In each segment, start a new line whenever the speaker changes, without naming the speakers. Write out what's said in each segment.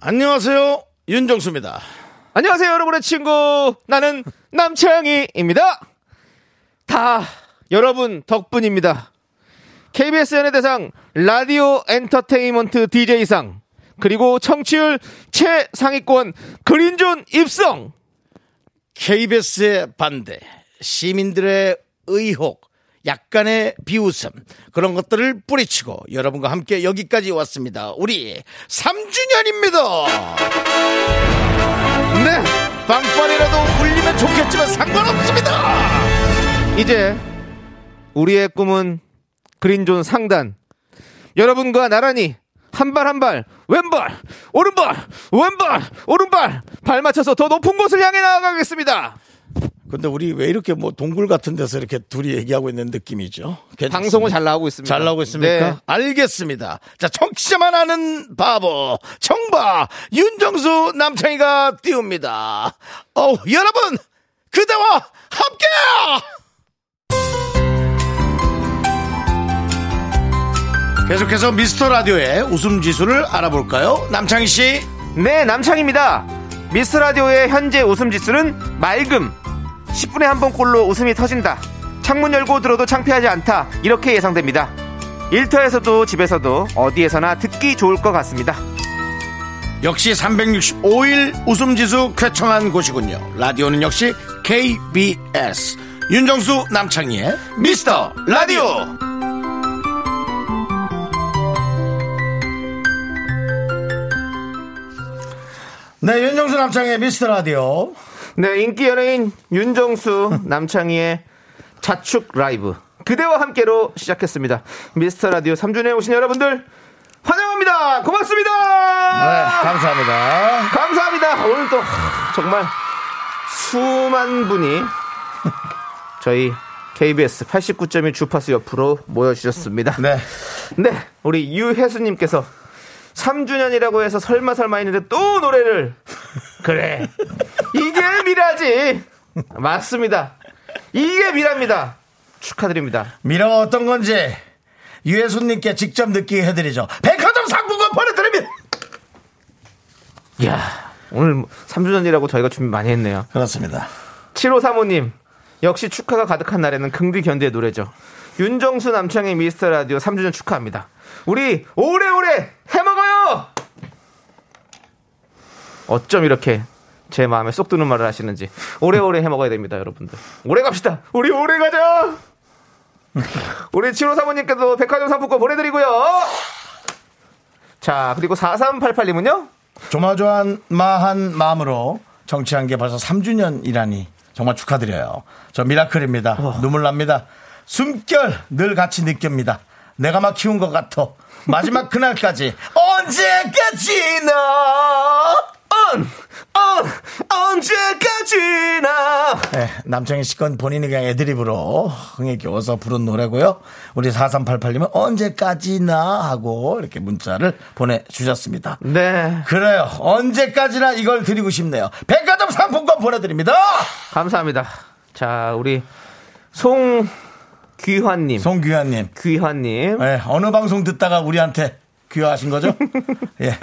안녕하세요. 윤정수입니다.
안녕하세요, 여러분의 친구. 나는 남채영이입니다. 다 여러분 덕분입니다. KBS 연예대상 라디오 엔터테인먼트 DJ상 그리고 청취율 최상위권 그린존 입성
KBS의 반대, 시민들의 의혹, 약간의 비웃음, 그런 것들을 뿌리치고 여러분과 함께 여기까지 왔습니다. 우리 3주년입니다! 네! 빵빵이라도 울리면 좋겠지만 상관없습니다!
이제 우리의 꿈은 그린존 상단. 여러분과 나란히 한 발 한 발, 왼발, 오른발, 왼발, 오른발 발 맞춰서 더 높은 곳을 향해 나아가겠습니다.
근데 우리 왜 이렇게 뭐 동굴 같은 데서 이렇게 둘이 얘기하고 있는 느낌이죠? 괜찮습니다.
네, 방송은 잘 나오고 있습니다.
잘 나오고 있습니까?
네.
알겠습니다. 자, 청취자만 아는 바보, 청바, 윤정수 남창희가 띄웁니다. 어우, 여러분, 그대와 함께! 계속해서 미스터 라디오의 웃음 지수를 알아볼까요? 남창희 씨.
네, 남창입니다. 미스 라디오의 현재 웃음 지수는 맑음. 10분에 한 번꼴로 웃음이 터진다. 창문 열고 들어도 창피하지 않다. 이렇게 예상됩니다. 일터에서도 집에서도 어디에서나 듣기 좋을 것 같습니다.
역시 365일 웃음지수 쾌청한 곳이군요. 라디오는 역시 KBS. 윤정수 남창희의 미스터 라디오. 네, 윤정수 남창희의 미스터 라디오.
네, 인기 연예인 윤정수 남창희의 자축 라이브 그대와 함께로 시작했습니다. 미스터 라디오 3주년에 오신 여러분들 환영합니다.
네,
고맙습니다.
감사합니다.
감사합니다. 오늘 또 정말 수만 분이 저희 KBS 89.1 주파수 옆으로 모여주셨습니다.
네.
네, 우리 유혜수님께서 3주년이라고 해서 설마 설마 했는데 또 노래를 그래 이게 미라지 맞습니다 이게 미라입니다 축하드립니다
미라가 어떤 건지 유해수님께 직접 느끼게 해드리죠. 백화점 상품권 보내드립니다.
이야 오늘 3주년이라고 저희가 준비 많이 했네요
그렇습니다.
7호 사모님 역시 축하가 가득한 날에는 긍디 견디의 노래죠 윤정수 남창의 미스터 라디오 3주년 축하합니다 우리 오래오래 해먹어요 어쩜 이렇게 제 마음에 쏙 드는 말을 하시는지 오래오래 해먹어야 됩니다 여러분들 오래 갑시다 우리 오래 가자 우리 7호 사모님께도 백화점 상품권 보내드리고요 자 그리고 4388님은요
조마조한 마한 마음으로 정치한 게 벌써 3주년이라니 정말 축하드려요. 저 미라클입니다. 눈물 납니다. 숨결 늘 같이 느낍니다. 내가 막 키운 것 같아. 마지막 그날까지 언제까지나
언! 언! 언제까지나
네, 남창희 씨 건 본인이 그냥 애드립으로 흥에 겨워서 부른 노래고요. 우리 4388님은 언제까지나 하고 이렇게 문자를 보내주셨습니다.
네
그래요. 언제까지나 이걸 드리고 싶네요. 백화점 상품권 보내드립니다.
감사합니다. 자, 우리 송귀환님.
송규현님.
귀환님.
예, 어느 방송 듣다가 우리한테 귀화하신 거죠? 예.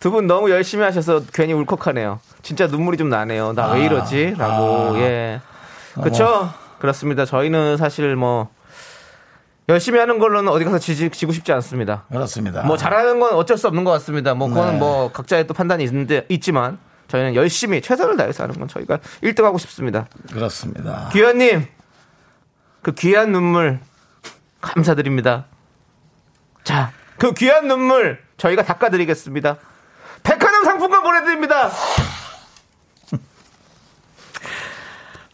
두 분 너무 열심히 하셔서 괜히 울컥하네요. 진짜 눈물이 좀 나네요. 나 왜
아,
이러지? 라고,
아. 어.
예. 그쵸? 그렇습니다. 저희는 사실 뭐, 열심히 하는 걸로는 어디 가서 지지, 지고 싶지 않습니다.
그렇습니다.
뭐 잘하는 건 어쩔 수 없는 것 같습니다. 뭐 그거는
아. 네.
뭐 각자의 또 판단이 있는데, 있지만, 저희는 열심히 최선을 다해서 하는 건 저희가 1등 하고 싶습니다.
그렇습니다.
귀현님 그 귀한 눈물 감사드립니다. 자, 그 귀한 눈물 저희가 닦아드리겠습니다. 백화점 상품권 보내드립니다.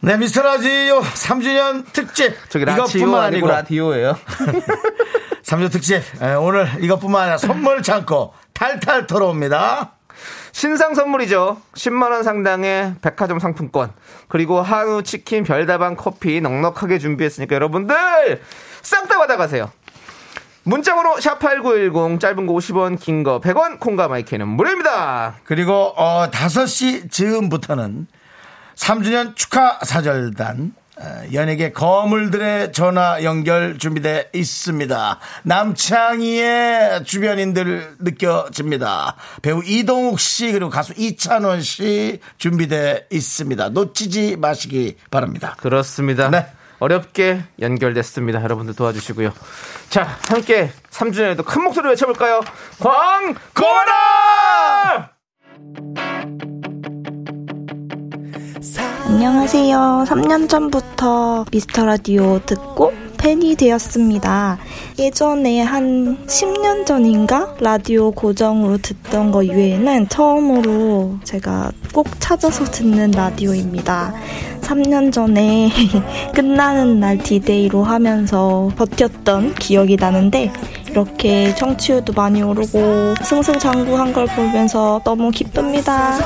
네, 미스터 라디오 3주년 특집.
저기 라디오
이것뿐만
아니고
아니고
라디오예요.
3주년 특집. 예, 오늘 이것뿐만 아니라 선물 창고 탈탈 털어옵니다.
신상 선물이죠. 10만원 상당의 백화점 상품권, 그리고 한우, 치킨, 별다방, 커피 넉넉하게 준비했으니까 여러분들 싹 다 받아가세요. 문자번호 샵8910 짧은 거 50원 긴 거 100원 콩과 마이크는 무료입니다.
그리고 어 5시 즈음부터는 3주년 축하 사절단 어, 연예계 거물들의 전화 연결 준비돼 있습니다. 남창희의 주변인들 느껴집니다. 배우 이동욱 씨 그리고 가수 이찬원 씨 준비돼 있습니다. 놓치지 마시기 바랍니다.
그렇습니다.
네.
어렵게 연결됐습니다. 여러분들 도와주시고요. 자, 함께 3주년에도 큰 목소리로 외쳐볼까요? 광고라!
안녕하세요. 3년 전부터 미스터 라디오 듣고 팬이 되었습니다. 예전에 한 10년 전인가 라디오 고정으로 듣던 거 외에는 처음으로 제가 꼭 찾아서 듣는 라디오입니다. 3년 전에 끝나는 날 디데이로 하면서 버텼던 기억이 나는데 이렇게 청취율도 많이 오르고 승승장구한 걸 보면서 너무 기쁩니다.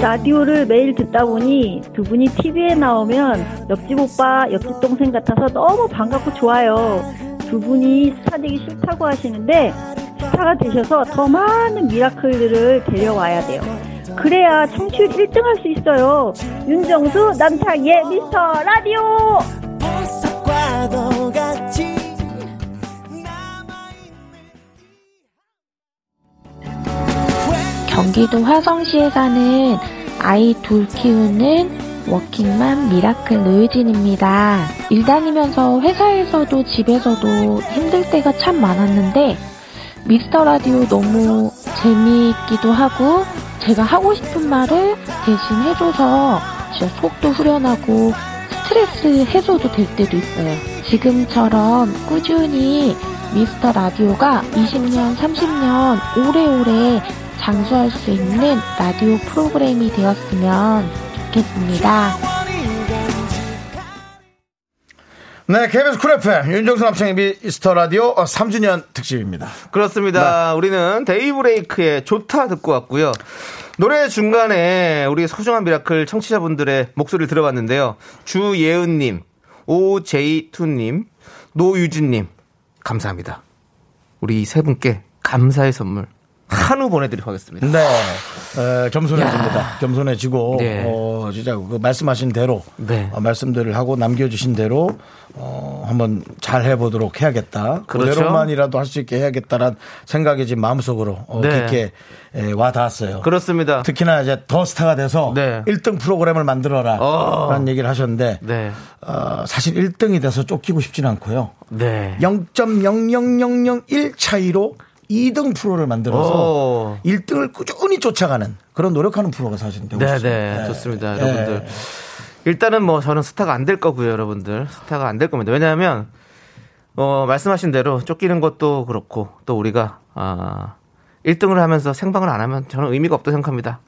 라디오를 매일 듣다 보니 두 분이 TV에 나오면 옆집 오빠, 옆집 동생 같아서 너무 반갑고 좋아요. 두 분이 스타 되기 싫다고 하시는데 스타가 되셔서 더 많은 미라클들을 데려와야 돼요. 그래야 청취율 1등 할 수 있어요. 윤정수 남창희의 미스터 라디오!
경기도 화성시에 사는 아이 둘 키우는 워킹맘 미라클 노유진입니다. 일 다니면서 회사에서도 집에서도 힘들 때가 참 많았는데 미스터 라디오 너무 재미있기도 하고 제가 하고 싶은 말을 대신 해줘서 진짜 속도 후련하고 스트레스 해소도 될 때도 있어요. 지금처럼 꾸준히 미스터 라디오가 20년, 30년 오래오래 장수할 수 있는 라디오 프로그램이 되었으면 좋겠습니다.
네, KBS 쿨 FM 윤정수 남창희 미스터 라디오 3주년 특집입니다.
그렇습니다.
네.
우리는 데이브레이크의 좋다 듣고 왔고요. 노래 중간에 우리 소중한 미라클 청취자분들의 목소리를 들어봤는데요. 주예은님, 오제이투님, 노유진님, 감사합니다. 우리 이 세 분께 감사의 선물 한우 보내드리도록 하겠습니다.
네. 에, 겸손해집니다. 겸손해지고,
네.
어, 진짜 그 말씀하신 대로,
네.
어, 말씀들을 하고 남겨주신 대로, 어, 한번 잘 해보도록 해야겠다.
그렇죠.
그대로만이라도 할 수 있게 해야겠다라는 생각이 지금 마음속으로 어,
네.
깊게 에, 와 닿았어요.
그렇습니다.
특히나 이제 더 스타가 돼서
네.
일 1등 프로그램을 만들어라.
어.
라는 얘기를 하셨는데,
네.
어, 사실 1등이 돼서 쫓기고 싶진 않고요.
네.
0.00001 차이로 2등 프로를 만들어서
오.
1등을 꾸준히 쫓아가는 그런 노력하는 프로가 사실 되고
네,
있습니다.
네, 좋습니다,
네.
여러분들. 일단은 뭐 저는 스타가 안 될 거고요, 여러분들. 스타가 안 될 겁니다. 왜냐하면 어, 말씀하신 대로 쫓기는 것도 그렇고 또 우리가 아, 1등을 하면서 생방을 안 하면 저는 의미가 없다고 생각합니다.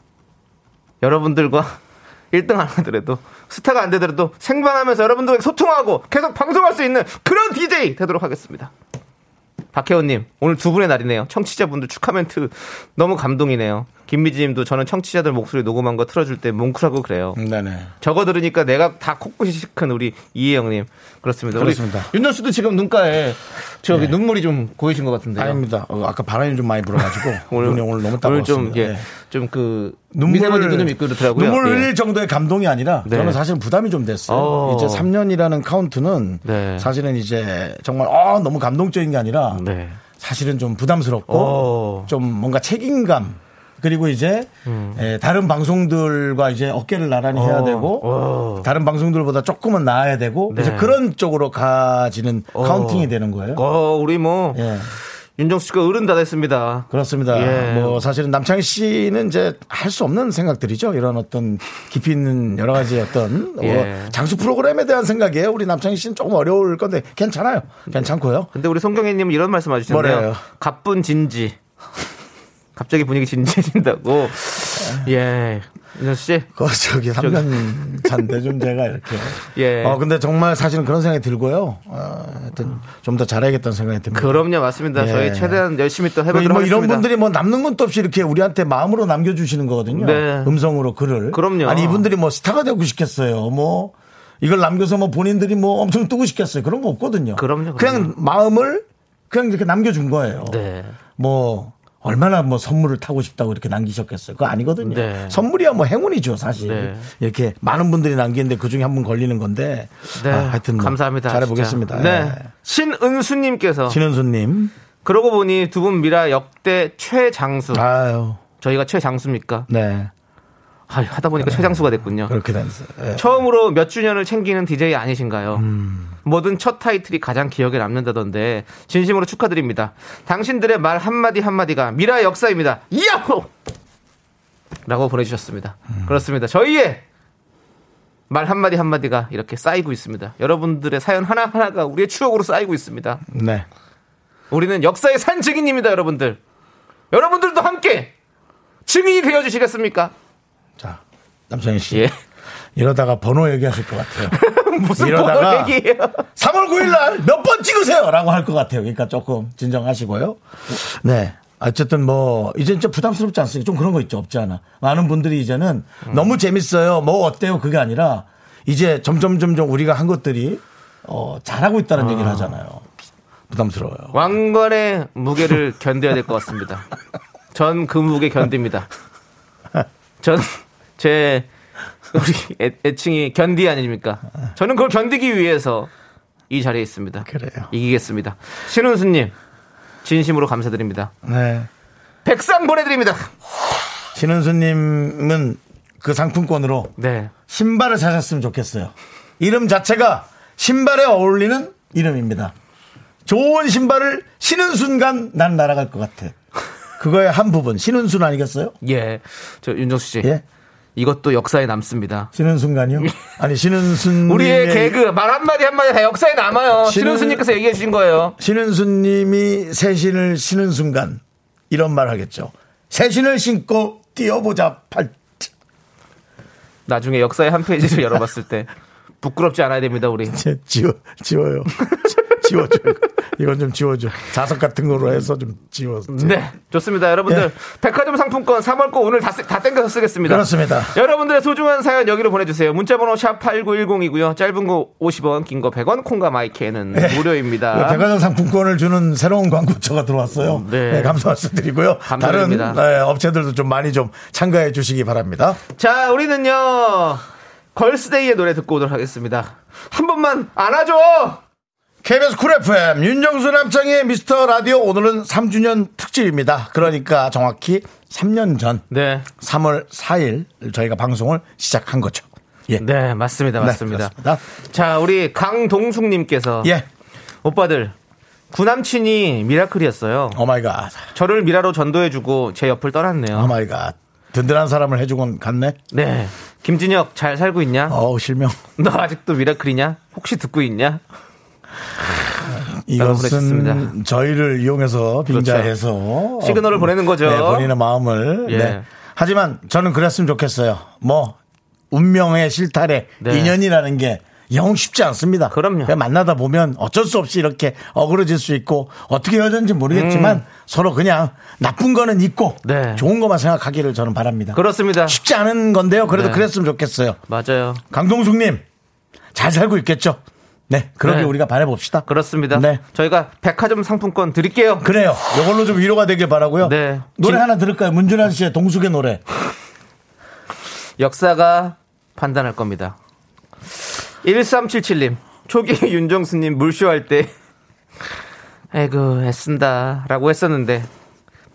여러분들과 1등 안 하더라도 스타가 안 되더라도 생방하면서 여러분들과 소통하고 계속 방송할 수 있는 그런 DJ 되도록 하겠습니다. 박혜원님 오늘 두 분의 날이네요. 청취자분들 축하 멘트 너무 감동이네요. 김미지님도 저는 청취자들 목소리 녹음한 거 틀어줄 때 뭉클하고 그래요.
네네.
저거 들으니까 내가 다 코끝이 시큰 우리 이혜영님 그렇습니다.
그렇습니다. 네.
우리 윤정 씨도 지금 눈가에 저기 눈물이 좀 고이신 것 같은데요.
아닙니다. 어, 아까 바람이 좀 많이 불어가지고 눈이 오늘 너무
오늘 좀
따가웠습니다.
예,
예.
좀그 미세먼지도 좀 있고 그렇더라고요.
눈물
예.
흘릴 정도의 감동이 아니라
네.
저는 사실 부담이 좀 됐어요.
어.
이제 3년이라는 카운트는
네.
사실은 이제 정말 아 너무 감동적인 게 아니라
네.
사실은 좀 부담스럽고
어.
좀 뭔가 책임감 그리고 이제 에, 다른 방송들과 이제 어깨를 나란히 해야
음. 어.
되고
어.
다른 방송들보다 조금은 나아야 되고
네.
그래서 그런 쪽으로 가지는
어.
카운팅이 되는 거예요.
어, 우리 뭐
예.
윤정수 씨가 어른 다 됐습니다.
그렇습니다.
예.
뭐 사실은 남창희 씨는 이제 할 수 없는 생각들이죠. 이런 어떤 깊이 있는 여러 가지 어떤
예.
어, 장수 프로그램에 대한 생각이에요. 우리 남창희 씨는 조금 어려울 건데 괜찮아요. 괜찮고요.
근데 우리 송경애님은 이런 말씀 하주셨네요
뭐래요?
가쁜 진지. 갑자기 분위기 진지해진다고. 예. 윤정수 씨.
그 저기 3년 잔데 좀 제가 이렇게.
예.
어 근데 정말 사실은 그런 생각이 들고요. 어, 하여튼 좀 더 잘해야겠다는 생각이 듭니다.
그럼요, 맞습니다.
예.
저희 최대한 열심히 또
뭐
해보도록 하겠습니다.
이런 분들이 뭐 남는 것도 없이 이렇게 우리한테 마음으로 남겨주시는 거거든요.
네.
음성으로 글을.
그럼요.
아니 이분들이 뭐 스타가 되고 싶겠어요. 뭐 이걸 남겨서 뭐 본인들이 뭐 엄청 뜨고 싶겠어요. 그런 거 없거든요.
그럼요,
냥
그럼요.
마음을 그냥 이렇게 남겨준 거예요.
네.
뭐 얼마나 뭐 선물을 타고 싶다고 이렇게 남기셨겠어요. 그거 아니거든요.
네.
선물이야 뭐 행운이죠 사실.
네.
이렇게 많은 분들이 남기는데 그 중에 한 분 걸리는 건데.
네.
아, 하여튼 뭐
감사합니다.
잘해보겠습니다.
진짜.
예.
네. 신은수님께서
신은수님.
그러고 보니 두 분 미라 역대 최장수.
아유.
저희가 최장수입니까?
네.
아, 하다 보니까 최장수가 됐군요.
그렇게 됐어요. 예.
처음으로 몇 주년을 챙기는 DJ 아니신가요?
음.
뭐든 첫 타이틀이 가장 기억에 남는다던데 진심으로 축하드립니다. 당신들의 말 한마디 한마디가 미라 역사입니다. 야호! 라고 보내주셨습니다.
음.
그렇습니다. 저희의 말 한마디 한마디가 이렇게 쌓이고 있습니다. 여러분들의 사연 하나하나가 우리의 추억으로 쌓이고 있습니다.
네.
우리는 역사의 산 증인입니다, 여러분들. 여러분들도 함께 증인이 되어주시겠습니까?
자, 남성희 씨.
예.
이러다가 번호 얘기하실 것 같아요.
무슨
이러다가
번호 얘기예요?
3월 9일 날 몇 번 찍으세요! 라고 할 것 같아요. 그러니까 조금 진정하시고요. 네. 어쨌든 뭐, 이제 진짜 부담스럽지 않습니까? 좀 그런 거 있죠. 없지 않아. 많은 분들이 이제는
음.
너무 재밌어요. 뭐 어때요? 그게 아니라 이제 점점 점점 우리가 한 것들이 어, 잘하고 있다는 얘기를 하잖아요. 부담스러워요.
왕관의 무게를 견뎌야 될 것 같습니다. 전 그 무게 견딥니다. 전 제 우리 애, 애칭이 견디 아닙니까? 저는 그걸 견디기 위해서 이 자리에 있습니다.
그래요.
이기겠습니다. 신은수님 진심으로 감사드립니다.
네.
백상 보내드립니다.
신은수님은 그 상품권으로
네,
신발을 사셨으면 좋겠어요. 이름 자체가 신발에 어울리는 이름입니다. 좋은 신발을 신은 순간 난 날아갈 것 같아. 그거의 한 부분. 신은 순 아니겠어요?
예, 저 윤정수 씨
예.
이것도 역사에 남습니다.
신은 순간이요? 아니, 신은 순.
우리의 개그 말 한마디 한마디 다 역사에 남아요.
신은-
신은수님께서 얘기해 주신 거예요.
신은 순님이 새신을 신은 순간. 이런 말 하겠죠. 새신을 신고 뛰어보자 팔.
나중에 역사의 한 페이지를 열어봤을 때 부끄럽지 않아야 됩니다 우리
제 지워 지워요. 지워줘. 이건 좀 지워줘. 자석 같은 거로 해서 좀 지워.
네 좋습니다 여러분들
예.
백화점 상품권 3월 거 오늘 다, 쓰- 다 땡겨서 쓰겠습니다
그렇습니다.
여러분들의 소중한 사연 여기로 보내주세요 문자번호 샵 8910이고요 짧은 거 50원 긴 거 100원 콩과 마이크는 무료입니다
예. 네, 백화점 상품권을 주는 새로운 광고처가 들어왔어요. 네.
네.
감사 말씀드리고요.
감사드립니다.
다른 네, 업체들도 좀 많이 좀 참가해 주시기 바랍니다.
자 우리는요 걸스데이의 노래 듣고 오도록 하겠습니다 한 번만 안아줘
KBS 쿨 FM 윤정수 남창의 미스터 라디오 오늘은 3주년 특집입니다. 그러니까 정확히 3년 전
네
3월 4일 저희가 방송을 시작한 거죠. 예.
네, 맞습니다.
네,
맞습니다.
그렇습니다.
자, 우리 강동숙 님께서
예.
오빠들 구남친이 미라클이었어요.
오 마이 갓.
저를 미라로 전도해주고 제 옆을 떠났네요.
오 마이 갓. 든든한 사람을 해주곤 갔네.
네. 김진혁 잘 살고 있냐?
어우 실명.
너 아직도 미라클이냐? 혹시 듣고 있냐?
이것은
보내셨습니다. 그렇죠.
저희를 이용해서 빙자해서
시그널을
어,
보내는 거죠.
네, 본인의 마음을.
예.
네. 하지만 저는 그랬으면 좋겠어요. 뭐 운명의 실타래
네.
인연이라는 게 영 쉽지 않습니다.
그럼요.
그냥 만나다 보면 어쩔 수 없이 이렇게 어그러질 수 있고 어떻게 해야 되는지 모르겠지만 서로 그냥 나쁜 거는 있고
음. 네.
좋은 것만 생각하기를 저는 바랍니다.
그렇습니다.
쉽지 않은 건데요. 그래도
네.
그랬으면 좋겠어요.
맞아요.
강동숙님 잘 살고 있겠죠. 네, 그러게
네.
우리가 바라봅시다.
그렇습니다.
네.
저희가 백화점 상품권 드릴게요.
그래요. 이걸로 좀 위로가 되길 바라고요.
네.
노래
진-
하나 들을까요? 문준환 씨의 동숙의 노래.
역사가 판단할 겁니다. 1377님, 초기 윤정수님 물쇼 할 때, 아이고, 애쓴다. 라고 했었는데,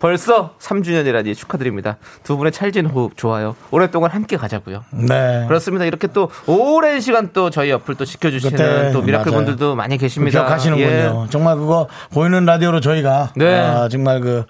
벌써 3주년이라니 축하드립니다. 두 분의 찰진 호흡 좋아요. 오랫동안 함께 가자고요.
네.
그렇습니다. 이렇게 또 오랜 시간 또 저희 옆을 또 지켜주시는
그때,
또 미라클
맞아요.
분들도 많이 계십니다. 예.
기억하시는군요. 정말 그거 보이는 라디오로 저희가
네.
아, 정말 예, 뭐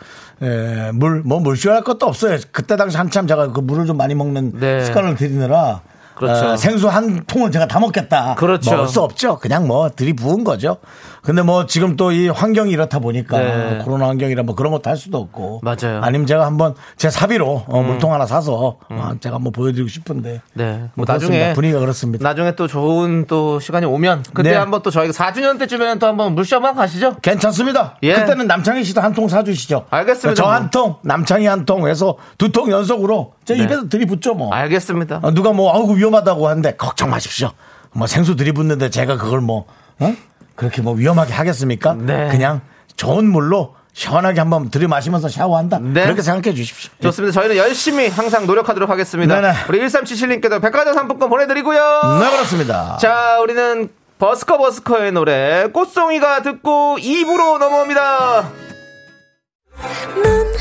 그 그물뭐 물쇼할 것도 없어요. 그때 당시 한참 제가 그 물을 좀 많이 먹는
네.
습관을 들이느라
그렇죠.
어, 생수 한 통을 제가 다 먹겠다.
그렇죠.
먹을 수 없죠. 그냥 뭐 들이부은 거죠. 근데 뭐 지금 또 이 환경이 이렇다 보니까
네.
코로나 환경이라 뭐 그런 것도 할 수도 없고.
맞아요. 음.
아니면 제가 한번 제 사비로 어, 물통 하나 사서 어, 제가 한번 보여드리고 싶은데.
네. 뭐
뭐 나중에
나중에
분위기가 그렇습니다.
나중에 또 좋은 또 시간이 오면 그때
네.
한번 또 저희가 4주년 때쯤에는 또 한번 물시험 한번 가시죠.
괜찮습니다.
예.
그때는 남창희 씨도 한 통 사주시죠.
알겠습니다. 뭐.
저 한 통, 남창희 한 통 해서 두 통 연속으로 제
네.
입에서 들이붓죠 뭐.
알겠습니다.
어, 누가 뭐 아우 위험하다고 하는데 걱정 마십시오. 뭐 생수 들이붓는데 제가 그걸 뭐 어? 그렇게 뭐 위험하게 하겠습니까?
네.
그냥 좋은 물로 시원하게 한번 들이마시면서 샤워한다.
네.
그렇게 생각해 주십시오.
좋습니다. 저희는 열심히 항상 노력하도록 하겠습니다.
네네.
우리 1377님께도 백화점 상품권 보내드리고요.
네 그렇습니다.
자, 우리는 버스커 버스커의 노래 꽃송이가 듣고 2부로 넘어옵니다.
넌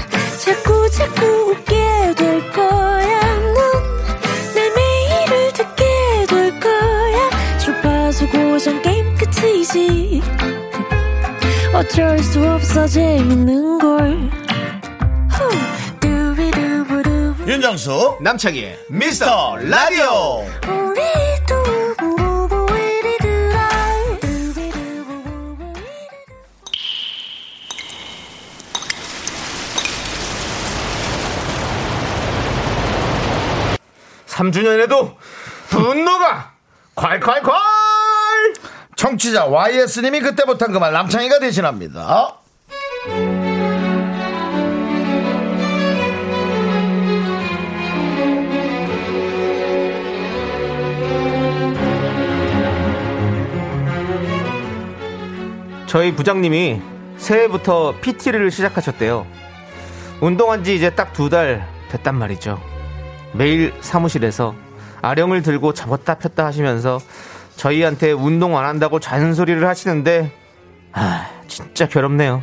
자꾸 자꾸 웃게 될 거야. 넌내 매일을 듣게 될 거야. 주파수 고정 게임 끝이지. 어쩔 수 없어 재밌는 걸. 후. 두비두부두.
윤정수
남창희의
미스터 라디오.
우리 두부부부 우리들아. 두비두부부부 우리들아.
삼주년에도 분노가 콸콸콸!
청취자 YS님이 그때 못한 그 말 남창희가 대신합니다.
저희 부장님이 새해부터 PT를 시작하셨대요. 운동한 지 이제 딱 두 달 됐단 말이죠. 매일 사무실에서 아령을 들고 접었다 폈다 하시면서 저희한테 운동 안 한다고 잔소리를 하시는데, 아, 진짜 괴롭네요.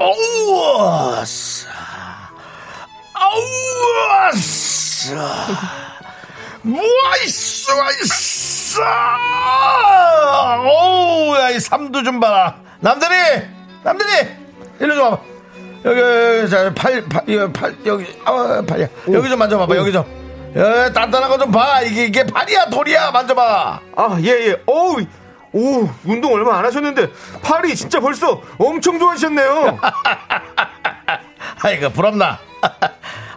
아우, 싸. 아우, 싸. 뭐야, 이씨, 이씨. 어우, 야, 이 삼두 좀 봐라. 남들이! 남들이! 일로 좀 와봐. 여기, 여기, 자, 팔, 팔, 여기, 팔, 여기, 아, 팔이야. 여기 좀 만져봐봐, 여기 좀. 여 단단한 거 좀 봐. 이게, 이게 팔이야, 돌이야. 만져봐.
아, 예, 예. 어우, 오, 운동 얼마 안 하셨는데, 팔이 진짜 벌써 엄청 좋아지셨네요.
아이고 부럽나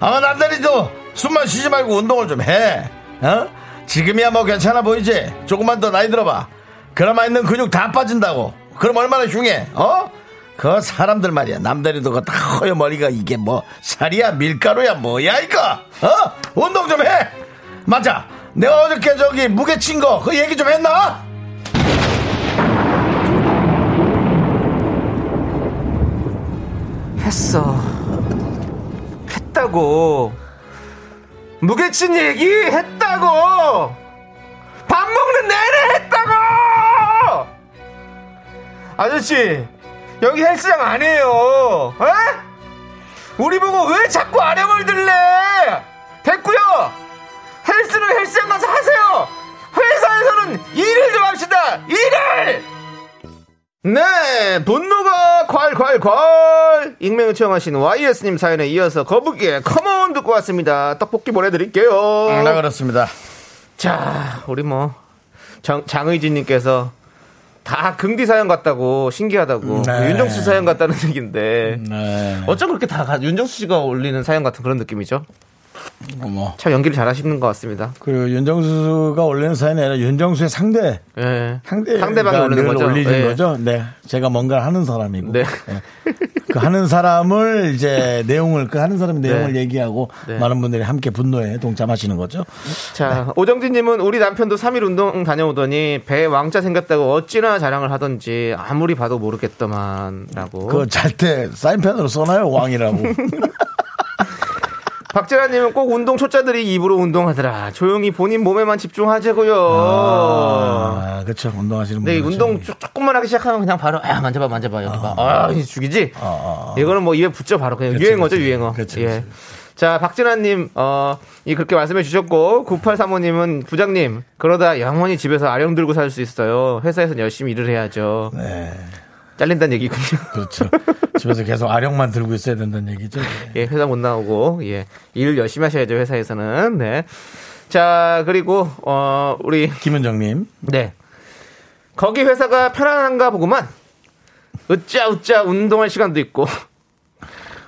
아마 남들이도 숨만 쉬지 말고 운동을 좀해 어? 지금이야 뭐 괜찮아 보이지 조금만 더 나이 들어봐 그나마 있는 근육 다 빠진다고 그럼 얼마나 흉해 어? 그 사람들 말이야 남들이도 그다 허여 머리가 이게 뭐 살이야 밀가루야 뭐야 이거 어? 운동 좀 해 맞아 내가 어저께 저기 무게 친 거 그 얘기 좀 했나?
했어. 했다고. 무게친 얘기 했다고. 밥 먹는 내내 했다고. 아저씨, 여기 헬스장 아니에요. 에? 우리 보고 왜 자꾸 아령을 들래? 됐고요. 헬스는 헬스장 가서 하세요. 회사에서는 일을 좀 합시다. 일을. 네, 분노가 콸콸콸! 익명 요청하신 YS님 사연에 이어서 거북이의 컴온 듣고 왔습니다. 떡볶이 보내드릴게요.
음, 나 아, 그렇습니다
자, 우리 뭐, 장, 장의진님께서 다 긍디 사연 같다고 신기하다고
네.
윤정수 사연 같다는 얘기인데
네
어쩜 그렇게 다 가- 윤정수 씨가 올리는 사연 같은 그런 느낌이죠?
어머
참 연기를 잘하시는 것 같습니다.
그리고 윤정수가 올리는 사연이 아니라 윤정수의 상대
예.
상대
상대방이 올리는 거죠.
올리는
예.
거죠. 네, 제가 뭔가를 하는 사람이고
네.
예. 그 하는 사람을 이제 내용을 그 하는 사람의 내용을
네.
얘기하고
네.
많은 분들이 함께 분노에 동참하시는 거죠.
자,
네.
오정진님은 우리 남편도 3일 운동 다녀오더니 배에 왕자 생겼다고 어찌나 자랑을 하던지 아무리 봐도 모르겠더만라고.
그거 잘 때 사인펜으로 써놔요 왕이라고.
박재란님은 꼭 운동 초짜들이 입으로 운동하더라. 조용히 본인 몸에만 집중하자고요.
아, 그렇죠. 운동하시는
어. 근데 이
분들.
운동 조- 조금만 하기 시작하면 그냥 바로 아 만져봐
어,
만져봐 여기 봐. 아 이게 죽이지. 이거는 뭐 입에 붙죠 바로 그냥
아, 그치,
유행어죠
그치.
유행어.
그치,
예.
그치.
자, 박진아님, 어, 이 그렇게 말씀해 주셨고, 9835님은 부장님, 그러다 영원히 집에서 아령 들고 살 수 있어요. 회사에서 열심히 일을 해야죠.
네,
잘린다는 얘기군요.
그렇죠. 집에서 계속 아령만 들고 있어야 된다는 얘기죠. 네.
예, 회사 못 나오고, 예. 일 열심히 하셔야죠, 회사에서는. 네. 자, 그리고, 어, 우리,
김은정님,
네. 거기 회사가 편안한가 보구만. 으짜, 으짜, 운동할 시간도 있고.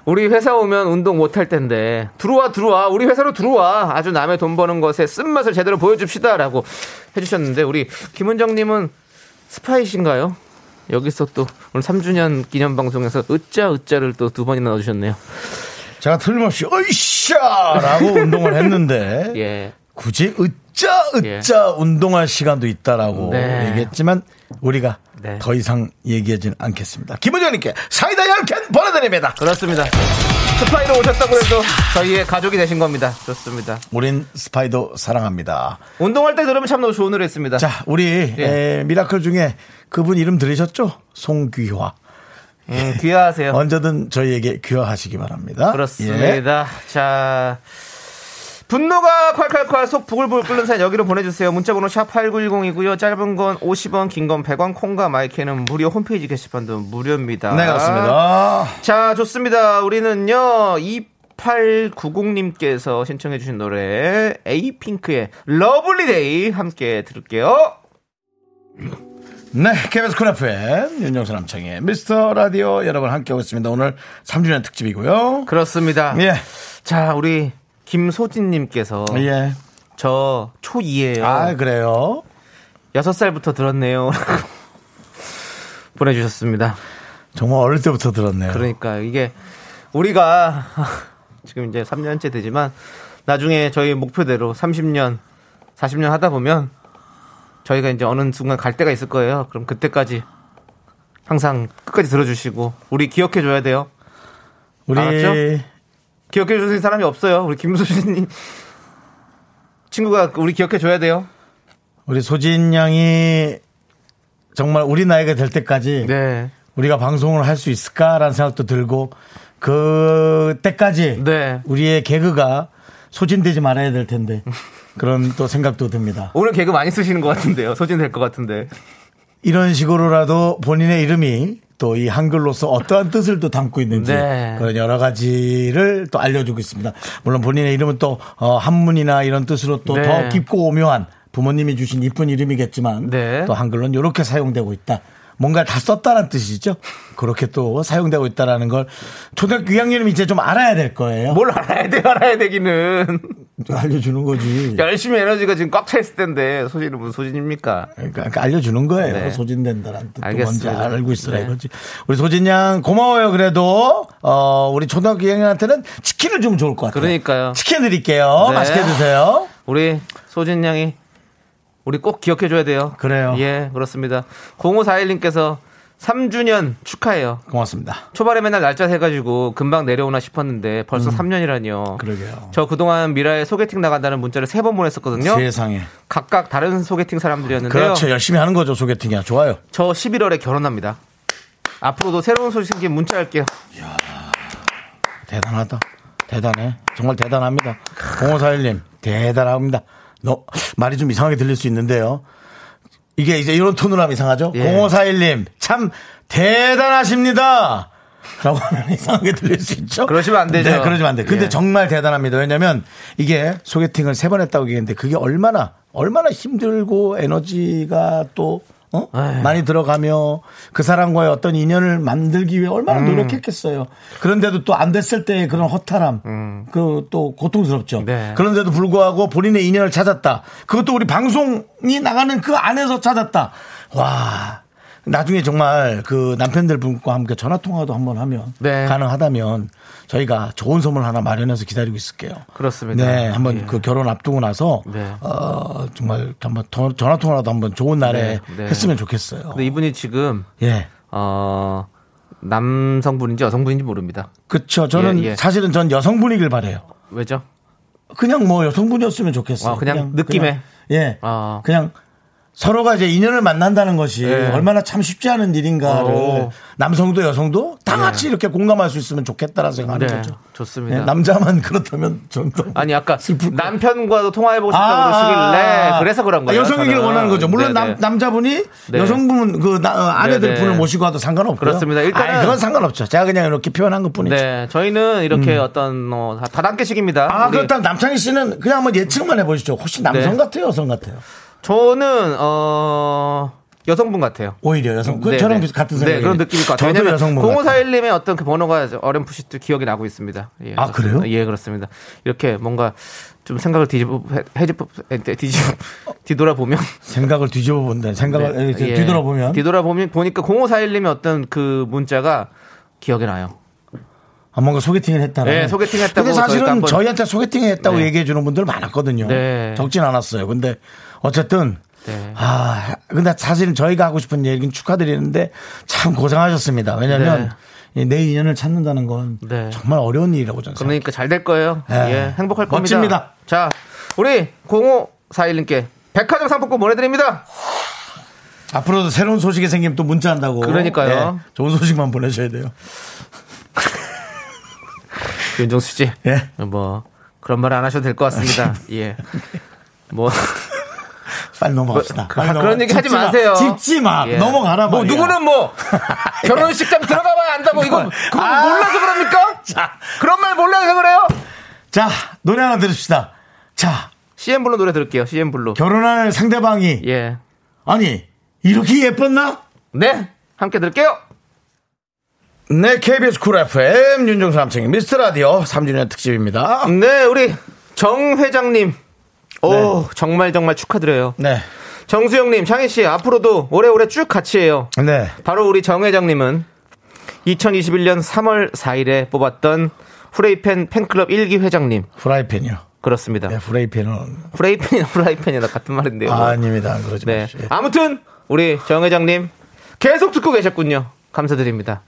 우리 회사 오면 운동 못할 텐데. 들어와, 들어와. 우리 회사로 들어와. 아주 남의 돈 버는 것에 쓴맛을 제대로 보여줍시다. 라고 해주셨는데, 우리 김은정님은 스파이신가요? 여기서 또 오늘 3주년 기념 방송에서 으짜, 으짜를 또 두 번이나 넣어주셨네요.
제가 틀림없이 으쌰라고 운동을 했는데
예.
굳이 으짜 으짜 운동할 시간도 있다라고
네.
얘기했지만 우리가
네.
더 이상 얘기하지는 않겠습니다. 김은정님께 사이다 10캔 보내드립니다.
그렇습니다. 스파이로 오셨다고 해서 저희의 가족이 되신 겁니다. 좋습니다.
우린 스파이도 사랑합니다.
운동할 때 들으면 참 너무 좋은 노래 했습니다.
자, 우리
예.
에, 미라클 중에 그분 이름 들으셨죠? 송귀화.
음, 귀하하세요.
언제든 저희에게 귀화하시기 바랍니다. 예. 네,
그렇습니다. 자. 분노가 콸콸콸 속 부글부글 끓는 사연 여기로 보내주세요. 문자번호 샵8910이고요. 짧은 건 50원, 긴 건 100원, 콩과 마이크는 무료 홈페이지 게시판도 무료입니다.
예. 네, 그렇습니다.
자, 좋습니다. 우리는요, 2890님께서 신청해주신 노래, 에이핑크의 러블리데이 함께 들을게요.
네, KBS 쿨 FM 윤정수 남창의 미스터 라디오 여러분 함께하고 있습니다. 오늘 3주년 특집이고요.
그렇습니다.
예,
자, 우리 김소진님께서
예.
저 초2예요.
아, 그래요.
6살부터 들었네요. 라고 보내주셨습니다.
정말 어릴 때부터 들었네요.
그러니까 이게 우리가 지금 이제 3년째 되지만 나중에 저희 목표대로 30년, 40년 하다 보면 저희가 이제 어느 순간 갈 때가 있을 거예요. 그럼 그때까지 항상 끝까지 들어주시고 우리 기억해 줘야 돼요.
우리
알았죠? 기억해 주는 사람이 없어요. 우리 김소진님 친구가 우리 기억해 줘야 돼요.
우리 소진 양이 정말 우리 나이가 될 때까지
네,
우리가 방송을 할 수 있을까라는 생각도 들고 그때까지
네.
우리의 개그가 소진되지 말아야 될 텐데 그런 또 생각도 듭니다.
오늘 개그 많이 쓰시는 것 같은데요. 소진 될 것 같은데.
이런 식으로라도 본인의 이름이 또 이 한글로서 어떠한 뜻을 또 담고 있는지
네.
그런 여러 가지를 또 알려주고 있습니다. 물론 본인의 이름은 또 어, 한문이나 이런 뜻으로 또 더
네.
깊고 오묘한 부모님이 주신 이쁜 이름이겠지만
네.
또 한글로는 이렇게 사용되고 있다. 뭔가 다 썼다는 뜻이죠. 그렇게 또 사용되고 있다라는 걸 초등학교 2학년이면 이제 좀 알아야 될 거예요.
뭘 알아야 돼, 알아야 되기는.
알려주는 거지.
열심히 에너지가 지금 꽉 차 있을 텐데 소진은 무슨 소진입니까?
그러니까, 그러니까 알려주는 거예요.
네.
소진된다는 뜻도
알겠습니다.
뭔지 알고 있으라
네.
이거지. 우리 소진 양 고마워요. 그래도 어, 우리 초등학교 2학년한테는 치킨을 주면 좋을 것 같아요.
그러니까요.
치킨 드릴게요.
네.
맛있게 드세요.
우리 소진 양이 우리 꼭 기억해 줘야 돼요.
그래요.
예, 그렇습니다. 0541님께서 3주년 축하해요.
고맙습니다.
초반에 맨날 날짜 세가지고 금방 내려오나 싶었는데 벌써 3년이라니요.
음. 그러게요.
저 그동안 미라에 소개팅 나간다는 문자를 세 번 보냈었거든요.
세상에.
각각 다른 소개팅 사람들이었는데요.
그렇죠. 열심히 하는 거죠. 소개팅이야. 좋아요.
저 11월에 결혼합니다. 앞으로도 새로운 소식 생기면 문자할게요.
대단하다. 대단해. 정말 대단합니다. 0541님, 대단합니다. 너, 말이 좀 이상하게 들릴 수 있는데요. 이게 이제 이런 톤으로 하면 이상하죠?
예.
0541님, 참, 대단하십니다! 라고 하면 이상하게 들릴 수 있죠?
그러시면 안 되죠.
네, 그러시면 안 돼. 근데
예.
정말 대단합니다. 왜냐면 이게 소개팅을 세 번 했다고 얘기했는데 그게 얼마나, 얼마나 힘들고 에너지가 또, 어?
에휴.
많이 들어가며 그 사람과의 어떤 인연을 만들기 위해
음.
얼마나 노력했겠어요. 그런데도 또 안 됐을 때의 그런 허탈함, 그 또 고통스럽죠.
음. 네.
그런데도 불구하고 본인의 인연을 찾았다. 그것도 우리 방송이 나가는 그 안에서 찾았다. 와. 나중에 정말 그 남편들 분과 함께 전화 통화도 한번 하면
네.
가능하다면 저희가 좋은 선물 하나 마련해서 기다리고 있을게요.
그렇습니다.
네, 한번
예.
그 결혼 앞두고 나서
네.
어, 정말 한번 전화 통화라도 한번 좋은 날에
네, 네.
했으면 좋겠어요.
근데 이분이 지금
예.
어, 남성분인지 여성분인지 모릅니다.
그쵸. 저는
예, 예.
사실은 전 여성분이길 바래요.
왜죠?
그냥 뭐 여성분이었으면 좋겠어요.
아, 그냥 느낌에?
그냥, 예.
아.
그냥 서로가 이제 인연을 만난다는 것이
네.
얼마나 참 쉽지 않은 일인가를
오.
남성도 여성도 다 같이 이렇게 공감할 수 있으면 좋겠다라는 생각하는
예. 네,
거죠.
좋습니다.
네, 남자만 그렇다면 전도
아니 아까
슬플 거예요. 아,
남편과도 통화해보고 싶다고 그러시길래 그래서 그런 거예요.
여성이길
저는.
원하는 거죠. 물론
네네.
남, 남자분이
네.
여성분 그 나- 어, 아내들
네네.
분을 모시고 와도 상관없고요.
그렇습니다. 일단은-
아니, 그건 상관없죠. 제가 그냥 이렇게 표현한 것뿐이죠.
네, 저희는 이렇게 어떤 어, 다- 다단계식입니다.
음. 아
우리-
그렇다면 남창희 씨는 그냥 한번 예측만 해보시죠. 혹시 남성
네.
같아요, 여성 같아요?
저는 어 여성분 같아요.
오히려 여성. 그
네,
저랑
네.
비슷 같은
네,
생각이.
그런 느낌일 것 같아요.
저도 여성분 같아요.
0541님의 어떤 그 번호가 어렴풋이 또 기억이 나고 있습니다. 예,
아, 그래요?
예, 그렇습니다. 이렇게 뭔가 좀 생각을 뒤집어, 해집, 뒤집, 뒤돌아보면.
생각을 뒤집어 본다. 생각을
네,
그러니까 이렇게
예.
뒤돌아보면
뒤돌아보면, 보니까 0541님의 어떤 그 문자가 기억이 나요.
아, 뭔가 소개팅을 했다는.
네, 소개팅을 했다고
근데
저희가
사실은
한번-
저희한테 소개팅을 했다고
네.
얘기해 주는 분들 많았거든요.
네.
적진 않았어요. 근데 어쨌든
네.
아 근데 사실은 저희가 하고 싶은 얘기는 축하드리는데 참 고생하셨습니다. 왜냐하면 이내 인연을 찾는다는 건
네.
정말 어려운 일이라고 저는 생각해요.
그러니까 잘 될 거예요.
그렇죠. 예.
예, 행복할 겁니다.
멋집니다.
자, 우리 0541님께 백화점 상품권 보내드립니다.
앞으로도 새로운 소식이 생기면 또 문자한다고.
그러니까요.
네, 좋은 소식만 보내셔야 돼요.
윤정수 씨.
예.
뭐 그런 말 안 하셔도 될 것 같습니다. 예. 뭐
빨리 넘어갑시다.
그-
빨리
그런
넘어가.
얘기 하지
짚지 마.
마세요.
짚지 마.
예.
아, 넘어가라.
뭐
말이야.
누구는 뭐 결혼식장 들어가봐야 안다고 이거 그거
예. 아.
몰라서 그럽니까?
자.
그런 말 몰라서 그래요?
자 노래 하나 들읍시다. 자
CM 블루 노래 들을게요. CM 블루.
결혼할 상대방이
예.
아니 이렇게 예뻤나?
네. 함께 들을게요.
네 KBS 쿨 FM 윤정수 남창희 미스터 라디오 3주년 특집입니다.
네, 우리 정 회장님. 오, 정말 정말 축하드려요.
네.
정수영님, 창희 씨, 앞으로도 오래오래 쭉 같이 해요.
네.
바로 우리 정 회장님은 2021년 3월 4일에 뽑았던 후레이팬 팬클럽 1기 회장님
프라이팬이요.
그렇습니다.
네, 프라이팬은
후레이팬이 후라이팬이나 같은 말인데요.
아, 아닙니다. 안 그러지
예, 뭐. 네.
마십시오.
아무튼 우리 정 회장님 계속 듣고 계셨군요. 감사드립니다.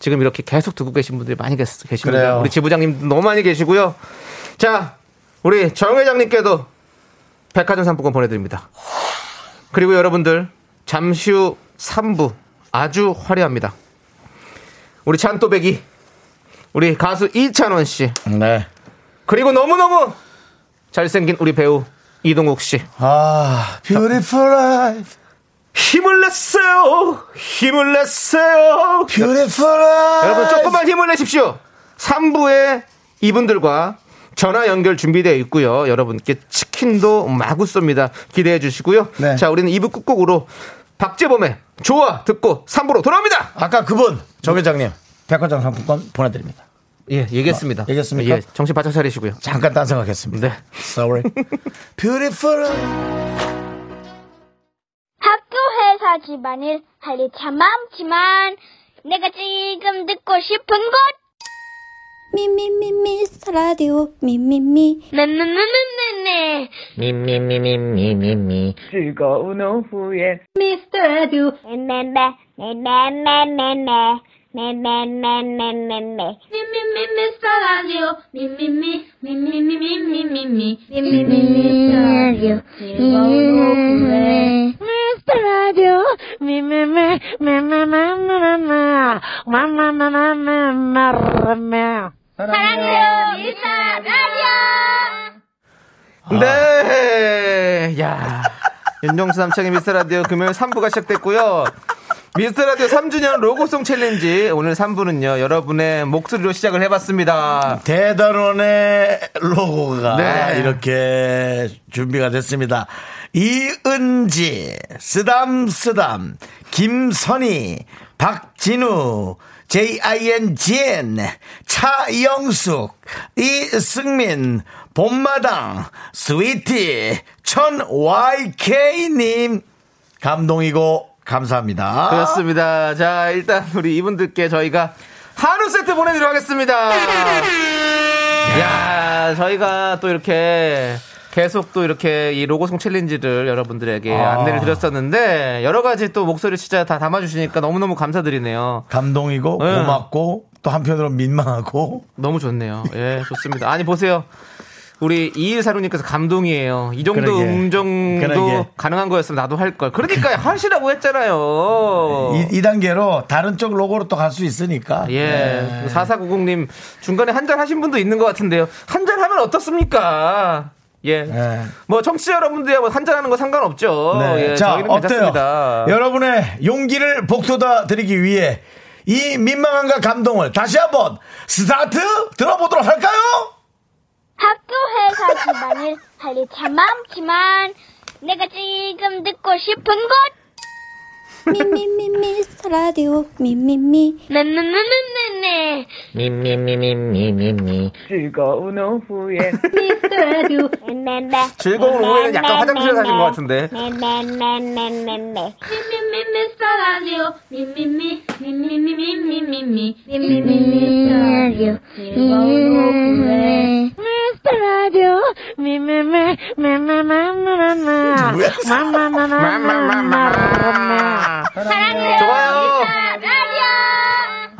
지금 이렇게 계속 듣고 계신 분들이 많이 계, 계십니다.
그래요.
우리 지부장님도 너무 많이 계시고요. 자, 우리 정 회장님께도 백화점 상품권 보내드립니다. 그리고 여러분들 잠시 후 3부 아주 화려합니다. 우리 잔또배기 우리 가수 이찬원 씨
네.
그리고 너무너무 잘생긴 우리 배우 이동욱 씨
아, beautiful life,
힘을 냈어요. 힘을 냈어요.
beautiful life.
여러분 조금만 힘을 내십시오. 3부에 이분들과 전화 연결 준비되어 있고요. 여러분께 치킨도 마구 쏩니다. 기대해 주시고요.
네.
자, 우리는 2부 끝곡으로 박재범의 좋아 듣고 3부로 돌아옵니다.
아까 그분 정 회장님 백화점 상품권 보내드립니다.
예, 얘기했습니다.
얘기했습니까?
예, 정신 바짝 차리시고요.
잠깐 딴 생각했습니다.
네.
Sorry. beautiful. life.
학교 회사 집안일 할 일 참 많지만 내가 지금 듣고 싶은 곳
미미미 미스터 라디오 미미미
네네네네네 미미미미미미 즐거운 오후에 미스터라디오 미미미 미스터라디오 미미미 미미미미미미미 미미미미스터라디오 즐거운 오후에 미스터라디오 미미미 미미미미미마 마마마마마마마 사랑해요 미스터라디오
아. 네. 야. 윤정수 남창의 미스터 라디오 금요일 3부가 시작됐고요. 미스터 라디오 3주년 로고송 챌린지 오늘 3부는요. 여러분의 목소리로 시작을 해 봤습니다.
대단원의 로고가
네.
이렇게 준비가 됐습니다. 이은지, 쓰담쓰담, 김선희, 박진우, JINGN, 차영숙, 이승민, 봄마당, 스위티, 천YK님. 감동이고 감사합니다.
그렇습니다. 자, 일단 우리 이분들께 저희가 한우 세트 보내드리도록 하겠습니다. 야 저희가 또 이렇게 계속 또 이렇게 이 로고송 챌린지를 여러분들에게
아.
안내를 드렸었는데 여러 가지 또 목소리 진짜 다 담아주시니까 너무너무 감사드리네요.
감동이고
네.
고맙고 또 한편으로 민망하고
너무 좋네요. 예, 좋습니다. 아니, 보세요. 우리 2146님께서 감동이에요. 이 정도
그러게.
음정도
그러니까 그러게.
가능한 거였으면 나도 할 걸. 그러니까 하시라고 했잖아요.
이, 이 단계로 다른 쪽 로고로 또 갈 수 있으니까.
어.
네.
예. 4490님 중간에 한 잔 하신 분도 있는 것 같은데요. 한 잔 하면 어떻습니까? 예.
네.
뭐 청취자 여러분들이야 뭐 한잔 하는 거 상관없죠.
네.
예,
자,
저희는
어때요?
괜찮습니다.
여러분의 용기를 북돋아 드리기 위해 이 민망함과 감동을 다시 한번 스타트 들어보도록 할까요?
학교 회사 집안일 할 일 참 많지만 내가 지금 듣고 싶은 곳
미미미 미스터 라디오 미미미
네네네네네
미미미미미미.
미스터 라디오 네네
즐거운 오후에는 약간 화장실에 가신 것 같은데.
네네네네네네 미미미 미스터 라디오 미미미 미미미미미미미 미미미 라디오 미미미 미스터 라디오 미미미
아,
미미미미미미 음,
마마마마마.
사랑해요
좋아요.
미스터 라디오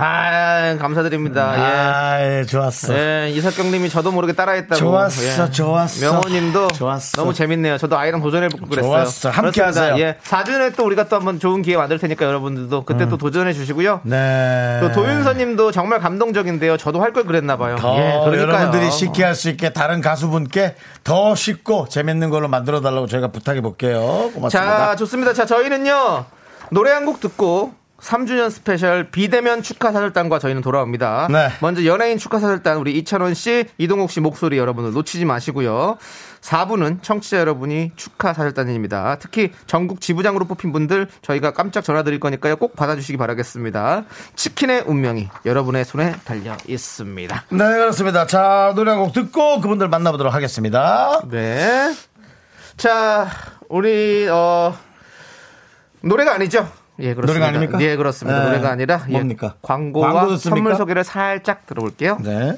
아, 감사드립니다. 예.
아, 예, 좋았어.
예, 이석경님이 저도 모르게 따라했다고.
좋았어,
예.
좋았어.
명호님도
좋았어.
너무 재밌네요. 저도 아이랑 도전해보고 그랬어요.
좋았어. 함께
그렇습니다.
하세요.
예, 4주년에 또 우리가 또 한번 좋은 기회 만들 테니까 여러분들도 그때 또 도전해주시고요.
음. 네.
또 도윤서님도 정말 감동적인데요. 저도 할 걸 그랬나 봐요.
더
예, 그러니까요.
여러분들이 쉽게 할 수 있게 다른 가수분께 더 쉽고 재밌는 걸로 만들어 달라고 저희가 부탁해 볼게요. 고맙습니다.
자, 좋습니다. 자, 저희는요. 노래 한 곡 듣고 3주년 스페셜 비대면 축하 사절단과 저희는 돌아옵니다.
네.
먼저 연예인 축하 사절단 우리 이찬원 씨, 이동욱 씨 목소리 여러분들 놓치지 마시고요. 4부는 청취자 여러분이 축하 사절단입니다. 특히 전국 지부장으로 뽑힌 분들 저희가 깜짝 전화 드릴 거니까요. 꼭 받아주시기 바라겠습니다. 치킨의 운명이 여러분의 손에 달려 있습니다.
네, 그렇습니다. 자, 노래 한 곡 듣고 그분들 만나보도록 하겠습니다.
네. 자, 우리 어 노래가 아니죠? 예, 그렇습니다.
노래가 아닙니까?
예, 그렇습니다.
네.
노래가 아니라 예,
뭡니까?
광고와
광고 듣습니까?
선물 소개를 살짝 들어볼게요.
네.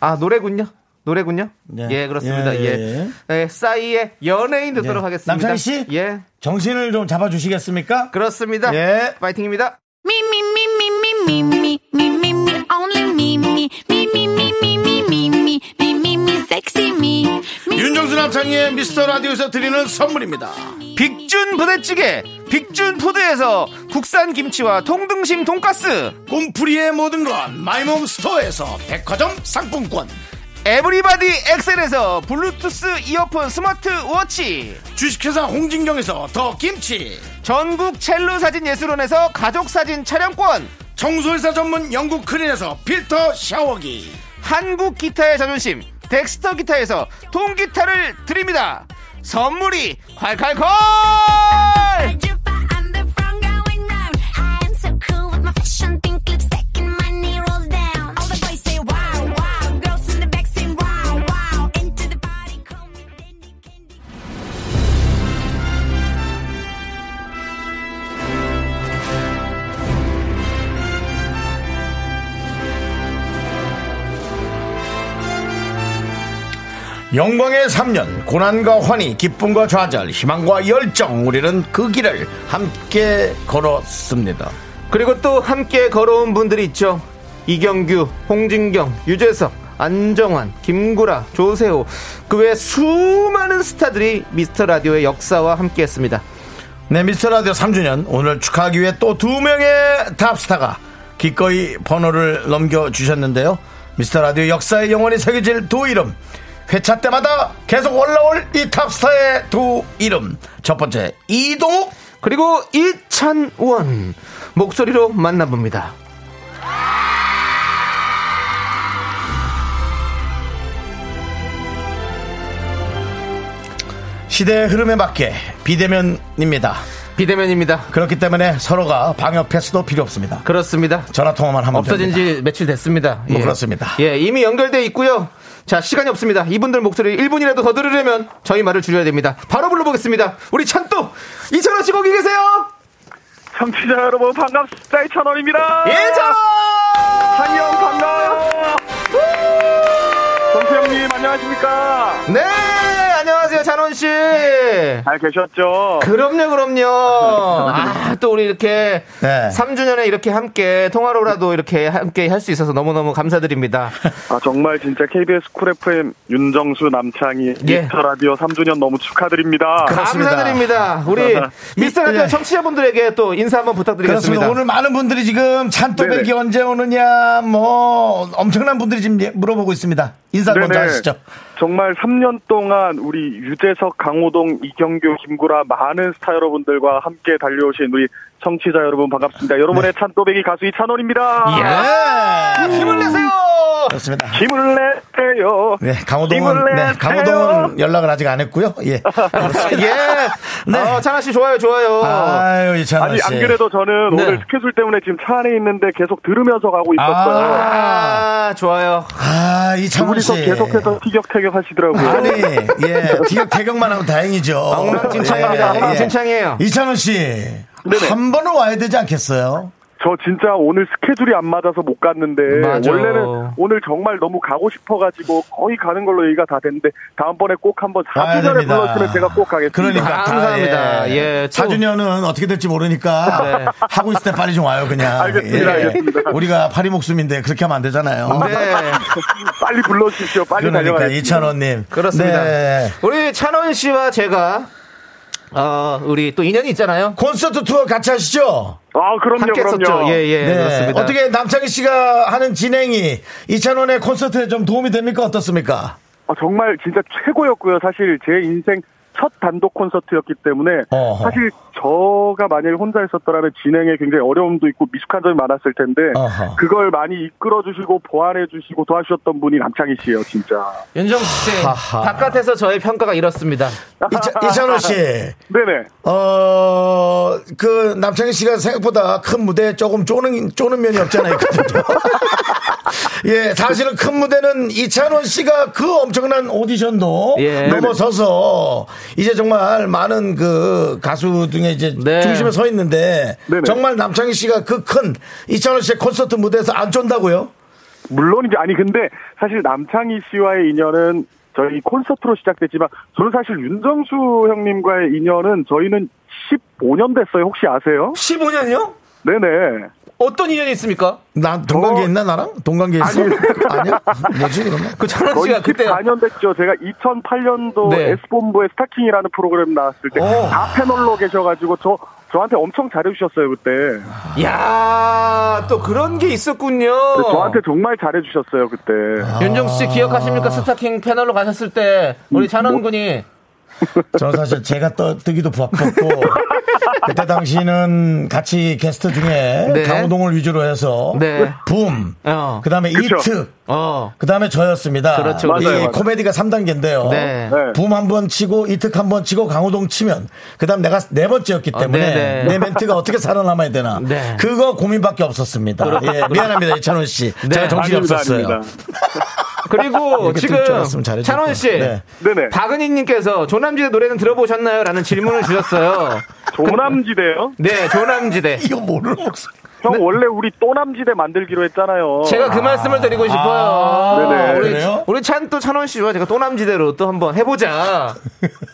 아, 노래군요. 노래군요.
네.
예, 그렇습니다.
예,
예.
예,
예, 싸이의 연예인 듣도록
예.
하겠습니다.
남창희 씨?
예.
정신을 좀 잡아주시겠습니까?
그렇습니다.
예.
파이팅입니다.
Me, me, me, me, me, me, me, me, me, me, only me, me, me, me, me, me, me, me, me, me, me, me, sexy me.
윤정수 남창희의 미스터 라디오에서 드리는 선물입니다.
빅준 부대찌개, 빅준 푸드에서 국산 김치와 통등심 돈가스,
꿈풀이의 모든 건 마이몸 스토어에서 백화점 상품권.
에브리바디 엑셀에서 블루투스 이어폰 스마트 워치,
주식회사 홍진경에서 더 김치.
전국 첼로 사진 예술원에서 가족 사진 촬영권,
청소회사 전문 영국 크린에서 필터 샤워기.
한국 기타의 자존심, 덱스터 기타에서 통기타를 드립니다. 선물이 콸콸콸!
I'm the front going round. I am so cool with my fashion, pink lipstick and my knee rolls down. All the boys say wow, wow. Girls in the back say wow, wow. Into the party, call me dandy candy.
영광의 3년, 고난과 환희, 기쁨과 좌절, 희망과 열정, 우리는 그 길을 함께 걸었습니다.
그리고 또 함께 걸어온 분들이 있죠. 이경규, 홍진경, 유재석, 안정환, 김구라, 조세호 그 외 수많은 스타들이 미스터 라디오의 역사와 함께했습니다.
네, 미스터 라디오 3주년, 오늘 축하하기 위해 또 두 명의 탑스타가 기꺼이 번호를 넘겨주셨는데요. 미스터 라디오 역사에 영원히 새겨질 두 이름. 회차 때마다 계속 올라올 이 탑스타의 두 이름. 첫 번째, 이동욱.
그리고 이찬원 목소리로 만나봅니다.
시대의 흐름에 맞게 비대면입니다.
비대면입니다.
그렇기 때문에 서로가 방역 패스도 필요 없습니다.
그렇습니다.
전화 통화만 하면
없어진
됩니다.
지 며칠 됐습니다.
뭐 그렇습니다.
예, 이미 연결돼 있고요. 자, 시간이 없습니다. 이분들 목소리 1분이라도 더 들으려면 저희 말을 줄여야 됩니다. 바로 불러보겠습니다. 우리 찬또 이찬원 씨 거기 계세요.
청취자 여러분 반갑습니다 이찬원입니다
예찬원.
한영 반가워요 정수영님 안녕하십니까
네, 안녕하세요, 찬원 씨.
잘 계셨죠?
그럼요, 그럼요. 아, 또 우리 이렇게
네.
3주년에 이렇게 함께 통화로라도 이렇게 함께 할 수 있어서 너무너무 감사드립니다.
아, 정말 진짜 KBS 쿨 FM 윤정수 남창희
예.
미스터 라디오 3주년 너무 축하드립니다.
그렇습니다.
감사드립니다. 우리 미스터 라디오
예.
청취자분들에게 또 인사 한번 부탁드리겠습니다.
그렇습니다. 오늘 많은 분들이 지금 찬또배기
네네.
언제 오느냐 뭐 엄청난 분들이 지금 예- 물어보고 있습니다. 인사
네,
먼저 하시죠.
정말 3년 동안 우리 유재석, 강호동, 이경규, 김구라 많은 스타 여러분들과 함께 달려오신 우리 청취자 여러분 반갑습니다. 여러분의
네.
찬또배기 가수 이찬원입니다.
예.
아, 힘을 내세요!
그렇습니다.
힘을 내세요.
네, 강호동은
힘을
네,
내세요.
강호동은 연락을 아직 안 했고요. 예.
예.
네.
어, 창아 씨 좋아요, 좋아요.
아유, 이찬원
아니
씨.
안 그래도 저는
네.
오늘 스케줄 때문에 지금 차 안에 있는데 계속 들으면서 가고 있었어요.
아,
아, 좋아요.
아, 이찬원 씨.
둘이서 계속해서 티격태격 하시더라고요.
아니, 예, 티격 태격만 하면 다행이죠.
엉망진창입니다.
예, 예.
엉망진창이에요. 네,
이찬원 씨, 한 번은 와야 되지 않겠어요?
저 진짜 아, 오늘 스케줄이 안 맞아서 못 갔는데
맞아.
원래는 오늘 정말 너무 가고 싶어가지고 거의 가는 걸로 얘기가 다 됐는데 다음번에 꼭 한번
와야
4주년에
됩니다.
불러주면 제가 꼭 가겠습니다.
그러니까 다,
감사합니다. 예, 또-
4주년은 어떻게 될지 모르니까
네.
하고 있을 때 빨리 좀 와요, 그냥. 예.
알겠습니다, 알겠습니다.
우리가 파리 목숨인데 그렇게 하면 안 되잖아요.
네.
빨리 불러주십시오. 빨리
그러니까
달려가겠습니다.
이찬원님.
그렇습니다.
네.
우리 찬원 씨와 제가 어, 우리 또 인연이 있잖아요.
콘서트 투어 같이 하시죠?
아 그럼요,
함께 했었죠.
그럼요.
예, 예. 그렇습니다.
네. 어떻게 남창희 씨가 하는 진행이 이찬원의 콘서트에 좀 도움이 됩니까? 어떻습니까?
아, 정말 진짜 최고였고요. 사실 제 인생 첫 단독 콘서트였기 때문에
어허.
사실 저가 만약에 혼자 했었더라면 진행에 굉장히 어려움도 있고 미숙한 점이 많았을 텐데
어허.
그걸 많이 이끌어 주시고 보완해 주시고 도와주셨던 분이 남창희 씨예요, 진짜.
윤정수 씨 바깥에서 저의 평가가 이렇습니다.
이차- 이찬원 씨.
네네.
어, 그, 남창희 씨가 생각보다 큰 무대에 조금 쪼는, 쪼는 면이 없잖아요. 예, 사실은 큰 무대는 이찬원 씨가 그 엄청난 오디션도
예.
넘어서서 이제 정말 많은 그 가수 중에 이제
네.
중심에 서 있는데
네네.
정말 남창희 씨가 그 큰 이찬원 씨의 콘서트 무대에서 안 쫀다고요?
물론이죠. 아니 근데 사실 남창희 씨와의 인연은 저희 콘서트로 시작됐지만 저는 사실 윤정수 형님과의 인연은 저희는 15년 됐어요. 혹시 아세요?
15년이요?
네네.
어떤 인연이 있습니까?
나 동관계
어.
있나 나랑? 동관계 있어? 아니야? 뭐지 그러면?
그 찬원
거의
씨가 그때
14년 됐죠. 제가 2008년도
네. 어.
S본부의 스타킹이라는 프로그램 나왔을 때
오.
다 패널로 계셔가지고 저 저한테 엄청 잘해주셨어요 그때.
야, 또 그런 게 있었군요.
근데 저한테 정말 잘해주셨어요 그때.
아.
윤정수 씨 기억하십니까? 스타킹 패널로 가셨을 때
음,
우리
뭐?
찬원 군이
저는 사실 제가 떠, 뜨기도 바빴고 그때 당시는 같이 게스트 중에
네.
강호동을 위주로 해서
네.
붐
어.
그다음에
그쵸.
이특
어.
그다음에 저였습니다.
그렇죠,
이
그렇죠.
맞아요, 맞아요.
코미디가 3단계인데요.
네.
네.
붐 한 번 치고 이특 한 번 치고 강호동 치면 그다음 내가 네 번째였기 때문에
네, 네.
내 멘트가 어떻게 살아남아야 되나
네.
그거 고민밖에 없었습니다. 예, 미안합니다 이찬원 씨, 제가 정신이
아닙니다,
없었어요.
아닙니다.
그리고
이렇게
지금
뜰줄 알았으면 잘해줄
찬원
걸.
씨
네.
네네.
박은희님께서 조남지대 노래는 들어보셨나요? 라는 질문을 주셨어요.
조남지대요?
네, 조남지대.
이거 모르는 목소리.
형 원래 우리 또남지대 만들기로 했잖아요.
제가 그 말씀을 드리고 싶어요.
어. 네네.
우리,
그래요?
우리 찬 또 찬원 씨와 제가 또남지대로 또 한번 해보자.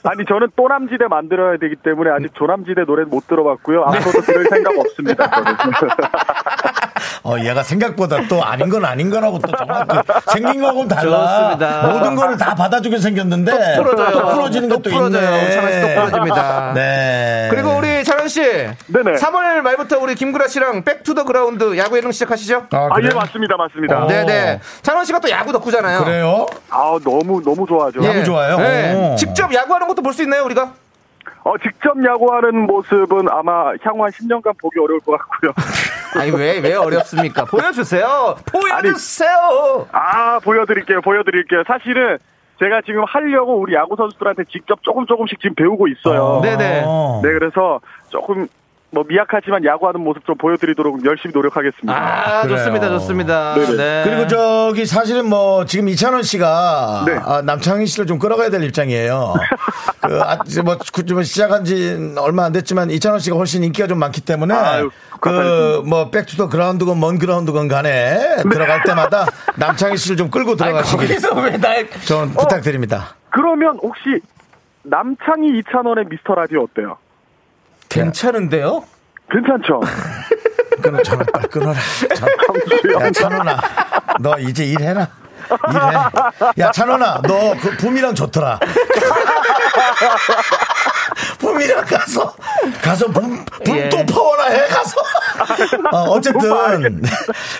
아니 저는 또남지대 만들어야 되기 때문에 아직 조남지대 노래 못 들어봤고요. 앞으로도 들을 생각 없습니다. 저는.
어, 얘가 생각보다 또 아닌 건 아닌 거라고 또 정확히 생긴 거하고는 달라.
좋습니다.
모든 거를 다 받아주게 생겼는데.
또 풀어져요.
지는 것도
또 풀어져요.
있네.
찬원 씨또 풀어집니다.
네.
그리고 우리 찬원 씨.
네네.
3월 말부터 우리 김구라 씨랑 백투더 그라운드 야구 예능 시작하시죠?
아,
아, 예,
그래요?
맞습니다, 맞습니다.
어.
네네. 찬원 씨가 또 야구 덕후잖아요.
그래요?
아, 너무, 너무 좋아하죠.
야구 좋아요?
네.
오.
직접 야구하는 것도 볼 수 있나요, 우리가?
어, 직접 야구하는 모습은 아마 향후 한 10년간 보기 어려울 것 같고요.
아니 왜 왜 어렵습니까? 보여주세요. 보여주세요.
아, 보여드릴게요, 보여드릴게요. 사실은 제가 지금 하려고 우리 야구 선수들한테 직접 조금 조금씩 지금 배우고 있어요.
어. 네네.
어.
네, 그래서 조금 뭐 미약하지만 야구하는 모습 좀 보여드리도록 열심히 노력하겠습니다.
아,
그래요.
좋습니다, 좋습니다.
네네.
네.
그리고 저기 사실은 뭐 지금 이찬원 씨가
네.
아, 남창희 씨를 좀 끌어가야 될 입장이에요. 그, 아, 이제 뭐 구- 좀 시작한 지 얼마 안 됐지만 이찬원 씨가 훨씬 인기가 좀 많기 때문에
아유,
그 뭐 백투더 그라운드건 먼 그라운드건 간에
네.
들어갈 때마다 남창희 씨를 좀 끌고 들어가시길
거기서 왜 날?
전 부탁드립니다.
그러면 혹시
남창희 이찬원의 미스터 라디오 어때요?
괜찮은데요?
괜찮죠?
끊어 전화 빨리 끊어라. 자, 야 찬원아, 너 이제 일해라. 일해. 야 찬원아, 너 그 붐이랑 좋더라. 붐이랑 가서 가서 붐
예.
붐또 파워라 해 가서. 어, 쨌든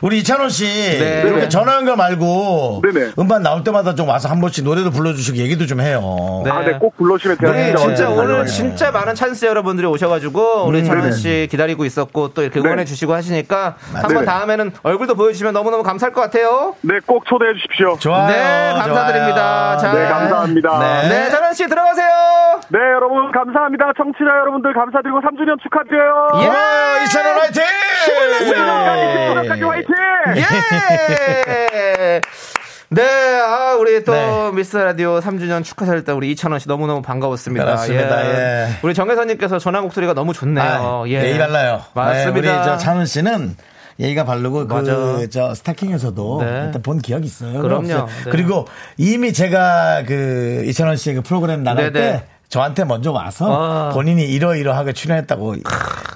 우리 이찬원 씨
네.
이렇게 전화 연결 말고
네네.
음반 나올 때마다 좀 와서 한 번씩 노래도 불러주시고 얘기도 좀 해요.
네.
아, 네, 꼭 불러주시면 제가
네,
진짜
진짜
언제든
오늘
달려와요. 음,
진짜 많은 찬스 여러분들이 오셔가지고 우리 찬원 씨 기다리고 있었고 또 이렇게 응원해
네.
주시고 하시니까 한번
네.
다음에는 얼굴도 보여주시면 너무너무 감사할 것 같아요.
네, 꼭 초대해 주십시오.
좋아요.
네, 감사드립니다.
좋아요.
자.
네, 감사합니다.
네.
네.
네, 찬원 씨 들어가세요.
여러분 감사합니다. 청취자 여러분들 감사드리고 3주년 축하드려요.
예.
와, 이찬원 화이팅! 예.
끝까지 화이팅!
예. 네, 아, 우리 또
네.
미스터 라디오 3주년 축하사를 때 우리 이찬원 씨 너무너무 반가웠습니다.
그렇습니다, 예.
우리 정혜선님께서 전화 목소리가 너무 좋네요.
아,
예.
예의 발라요.
맞습니다.
네, 우리 저 찬훈 씨는 예의가 바르고
맞아.
그저 스타킹에서도
네.
일단 본 기억이 있어요.
그럼요.
없어요.
네.
그리고 이미 제가 그 이찬원 씨의 그 프로그램 나갈
네네.
때 어, 저한테 먼저 와서
아.
본인이 이러이러하게 출연했다고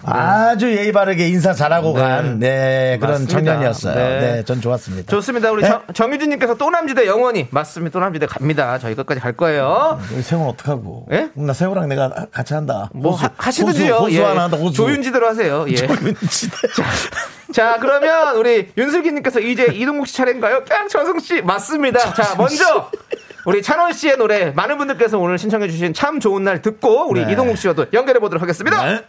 아주 예의 바르게 인사 잘하고
네.
간 네, 그런
맞습니다.
청년이었어요.
네.
네. 전 좋았습니다.
좋습니다. 우리
네.
정, 정유진님께서 또남지대 영원히 맞습니다. 또남지대 갑니다. 저희 끝까지 갈 거예요.
음, 우리 세훈 어떡하고?
예?
나 세훈랑 내가 같이 한다.
뭐
호수,
하, 하시든지요.
호수, 호수
예.
하나 한다. 호수.
조윤지대로 하세요. 예.
조윤지대.
자, 그러면 우리 윤슬기님께서 이제 이동국 씨 차례인가요? 깡 전승 씨 맞습니다. 자, 먼저 우리 찬원 씨의 노래 많은 분들께서 오늘 신청해주신 참 좋은 날 듣고 우리
네.
이동국 씨와 또 연결해 보도록 하겠습니다.
네.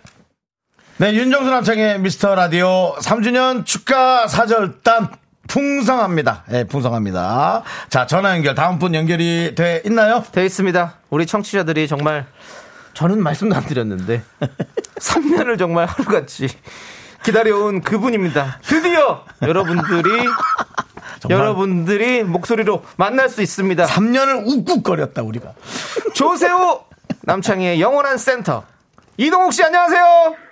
네, 윤정수 남창의 미스터 라디오 3주년 축하 사절단 풍성합니다. 예, 풍성합니다. 자, 전화 연결 다음 분 연결이 돼 있나요?
돼 있습니다. 우리 청취자들이 정말 저는 말씀도 안 드렸는데 3년을 정말 하루같이 기다려온 그분입니다. 드디어 여러분들이
정말.
여러분들이 목소리로 만날 수 있습니다.
3년을 욱욱거렸다 우리가.
조세호 남창희의 영원한 센터 이동욱 씨 안녕하세요.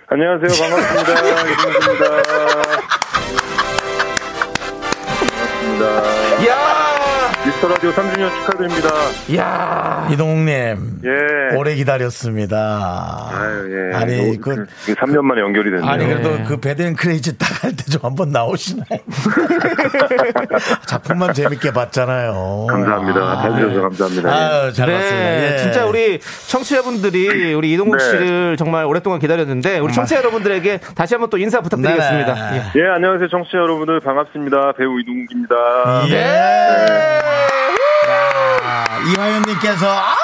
안녕하세요. 반갑습니다. 이동욱입니다. 반갑습니다.
야,
미스터 라디오 3주년 축하드립니다.
야,
이동욱 님.
예.
오래 기다렸습니다.
아유, 예.
아니,
너무-
그
이게 3년 만에 연결이 됐네요.
아니
네.
그래도 그 배드앤 크레이지 딱 할 때 좀 한번 나오시나요? 작품만 재밌게 봤잖아요.
네, 감사합니다. 봐주셔서 감사합니다.
아유, 잘 봤습니다.
네,
예.
진짜 우리 청취자분들이 우리 이동욱
네.
씨를 정말 오랫동안 기다렸는데 우리 청취자 여러분들에게 다시 한번 또 인사 부탁드리겠습니다.
아, 네.
예.
예, 안녕하세요. 청취자 여러분들 반갑습니다. 배우 이동욱입니다.
예.
네.
야, 이화연님께서 아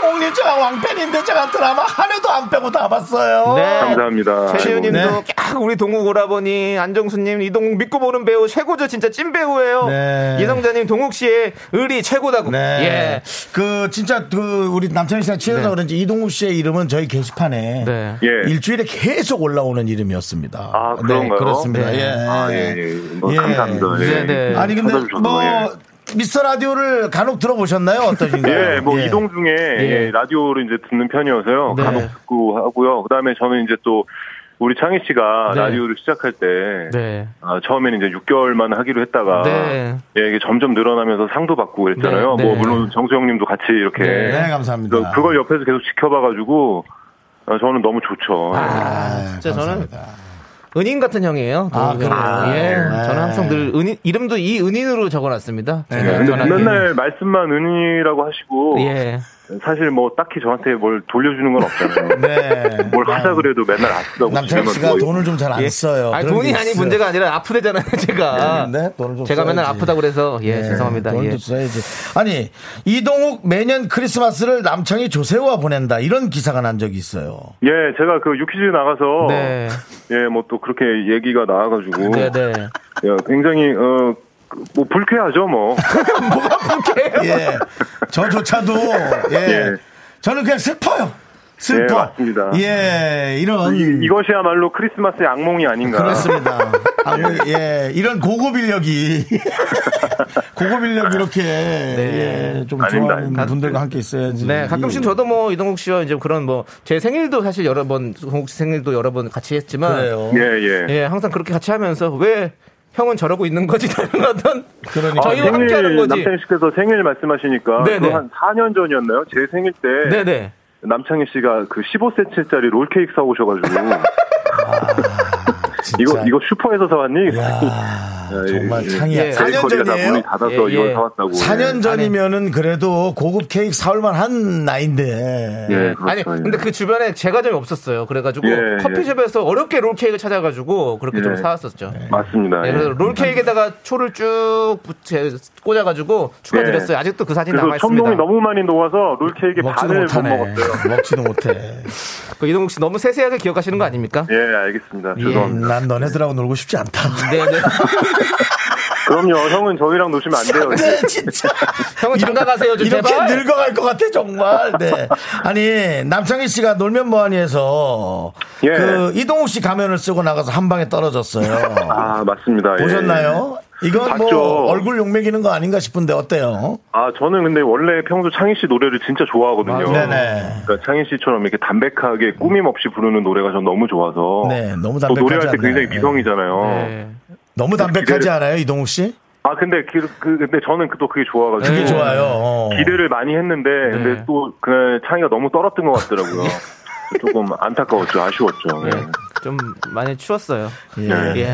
동욱님 제가 왕팬인데 제가 드라마 한 해도 안 빼고 다 봤어요.
네.
감사합니다.
최지우님도
아이고.
깍 우리 동욱 오라버니 안정수님 이동욱 믿고 보는 배우 최고죠 진짜 찐 배우예요.
네.
이성자님 동욱 씨의 의리 최고다고.
네.
예.
그 진짜 그 우리 남창희 씨가 취해서
네.
그런지 이동욱 씨의 이름은 저희 게시판에
네.
예.
일주일에 계속 올라오는 이름이었습니다.
아,
네,
그런가요?
그렇습니다.
네.
예.
아, 예, 예. 뭐,
예.
감사합니다. 예.
네, 네.
아니 근데
찾아주셔서,
뭐
예.
미스터 라디오를 간혹 들어보셨나요? 어떠신가요?
예, 뭐 이동 중에 예, 라디오를 이제 듣는 편이어서요.
네.
간혹 듣고 하고요. 그다음에 저는 이제 또 우리 창희 씨가
네.
아, 라디오를 시작할 때
네.
아, 처음에는 이제 6개월만 하기로 했다가
네.
예, 이게 점점 늘어나면서 상도 받고 그랬잖아요.
네, 네.
뭐 물론 정수 형님도 같이 이렇게
네, 감사합니다.
그래서 그걸 옆에서 계속 지켜봐가지고 아, 저는 너무 좋죠.
아, 진짜 저는 은인 같은 형이에요.
네, 아,
동욱이 형이.
그래요?
예.
네.
저는 항상 늘 은인, 이름도 이 은인으로 적어놨습니다.
예,
제가
근데
전화기.
네,
맨날 말씀만 은이라고 하시고
네,
예.
사실 뭐 딱히 저한테 뭘 돌려주는 건 없잖아요.
네.
뭘 하자 그래도 맨날 아프다고
남창희 씨가
뭐,
돈을 좀 잘 안
예.
써요.
아니,
그런 게
돈이 아닌
있어요.
문제가 아니라 아프대잖아요, 제가.
네, 돈을 좀
제가 맨날
써야지. 네,
아프다고 그래서, 예, 죄송합니다.
돈을
예.
좀 써야지. 아니 이동욱 매년 크리스마스를 남창희 조세호와 보낸다 이런 기사가 난 적이 있어요.
예, 제가 그 유퀴즈 나가서
네.
예, 뭐 또 그렇게 얘기가 나와가지고
네, 네.
예, 굉장히 어 뭐 불쾌하죠 뭐.
예, 저조차도 예,
예.
저는 그냥 슬퍼요. 슬퍼.
예, 맞습니다.
예, 이런
이, 것이야말로 크리스마스의 악몽이 아닌가.
그렇습니다. 아, 그, 예, 이런 고급 인력이 고급 인력 이렇게 예, 좀
네. 아닙니다.
좋아하는 분들과 함께 있어야지.
네, 가끔씩 저도 뭐 이동욱 씨와 이제 그런 뭐 제 생일도 사실 여러 번 동욱 씨 생일도 여러 번 같이 했지만
그래요.
예, 예.
예, 항상 그렇게 같이 하면서 왜 형은 저러고 있는 거지라는 어떤 저희와
생일,
함께하는 거지.
남창희 씨께서 생일 말씀하시니까
네네.
그거 한 4년 전이었나요? 제 생일 때
네네.
남창희 씨가 그 15cm짜리 롤케이크 사오셔가지고 이거 이거 슈퍼에서 사왔니? 예, 정말
창희야. 4년 전이에요?
문이 닫아서
예,
이걸
예.
사왔다고.
4년 전이면은 그래도 고급 케이크 사올만 한 나이인데.
예,
아니
그렇죠.
근데 그 주변에 제가 점이 없었어요. 그래가지고
예,
커피숍에서 어렵게 롤케이크 찾아가지고 그렇게 좀
예.
사왔었죠.
맞습니다.
네, 그래서
예.
롤케이크에다가 초를 쭉 붙여 꽂아가지고 추가 드렸어요. 아직도 그 사진
네. 그래서
남아
천둥이
있습니다.
너무 많이 녹아서 롤케이크 반을 못
못하네.
먹었어요.
먹지도 못해.
그 이동욱 씨 너무 세세하게 기억하시는 거 아닙니까?
예, 알겠습니다.
음, 난 너네들하고 놀고 싶지 않다.
네네.
그럼요. 형은 저희랑 노시면 안 돼요.
네, 진짜.
형은 네.
장가 가세요, 좀
이렇게
제발.
늙어갈 것 같아 정말. 네. 아니 남창희 씨가 놀면 뭐하니에서
예.
그 이동욱 씨 가면을 쓰고 나가서 한 방에 떨어졌어요.
아, 맞습니다. 예.
보셨나요? 이건 뭐
봤죠.
얼굴 욕먹이는 거 아닌가 싶은데 어때요?
아, 저는 근데 원래 평소 창희 씨 노래를 진짜 좋아하거든요.
맞아요. 네네.
그러니까 창희 씨처럼 이렇게 담백하게 꾸밈 없이 부르는 노래가 전 너무 좋아서.
네, 너무
또 어. 노래할
담백하지
때 굉장히
않나요? 네.
미성이잖아요.
네.
너무 담백하지 않아요 이동욱 씨?
아, 근데 그, 그- 근데 저는 그 또 그게 좋아가지고.
네.
그게 좋아요. 어.
기대를 많이 했는데, 네, 근데 또 그날 창희가 너무 떨었던 것 같더라고요. 조금 안타까웠죠, 아쉬웠죠. 예.
예. 네. 좀 많이 추웠어요. 예,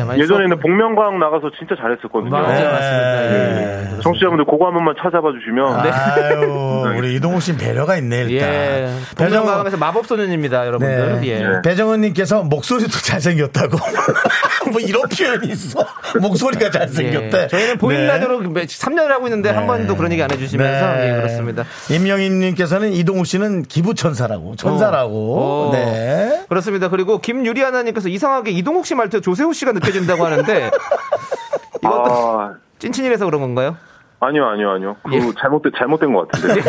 많이 네.
예전에는 복면가왕 나가서 진짜
네.
잘했었거든요.
맞아요, 맞습니다.
예. 청취자분들 그거 한 번만 찾아봐 주시면.
아유, 우리 이동욱 씨는 배려가 있네 일단.
예.
배정-
배정강에서 마법 소년입니다, 여러분들.
네.
예.
배정은님께서 목소리도 잘생겼다고. 뭐 이런 표현이 있어. 목소리가 잘생겼대.
예. 저희는 보이는 라디오로 3년을 하고 있는데 한 번도 그런 얘기 안 해주시면서
네.
예, 그렇습니다.
임영임님께서는 이동욱 씨는 기부천사라고. 천사라고.
어.
네.
그렇습니다. 그리고 김유리 하나님께서 이상하게 이동욱 씨 말투 조세호 씨가 느껴진다고 하는데 이것도
아,
찐친이라서 그런 건가요?
아니요, 아니요, 아니요. 그 잘못된 잘못된 것 같은데.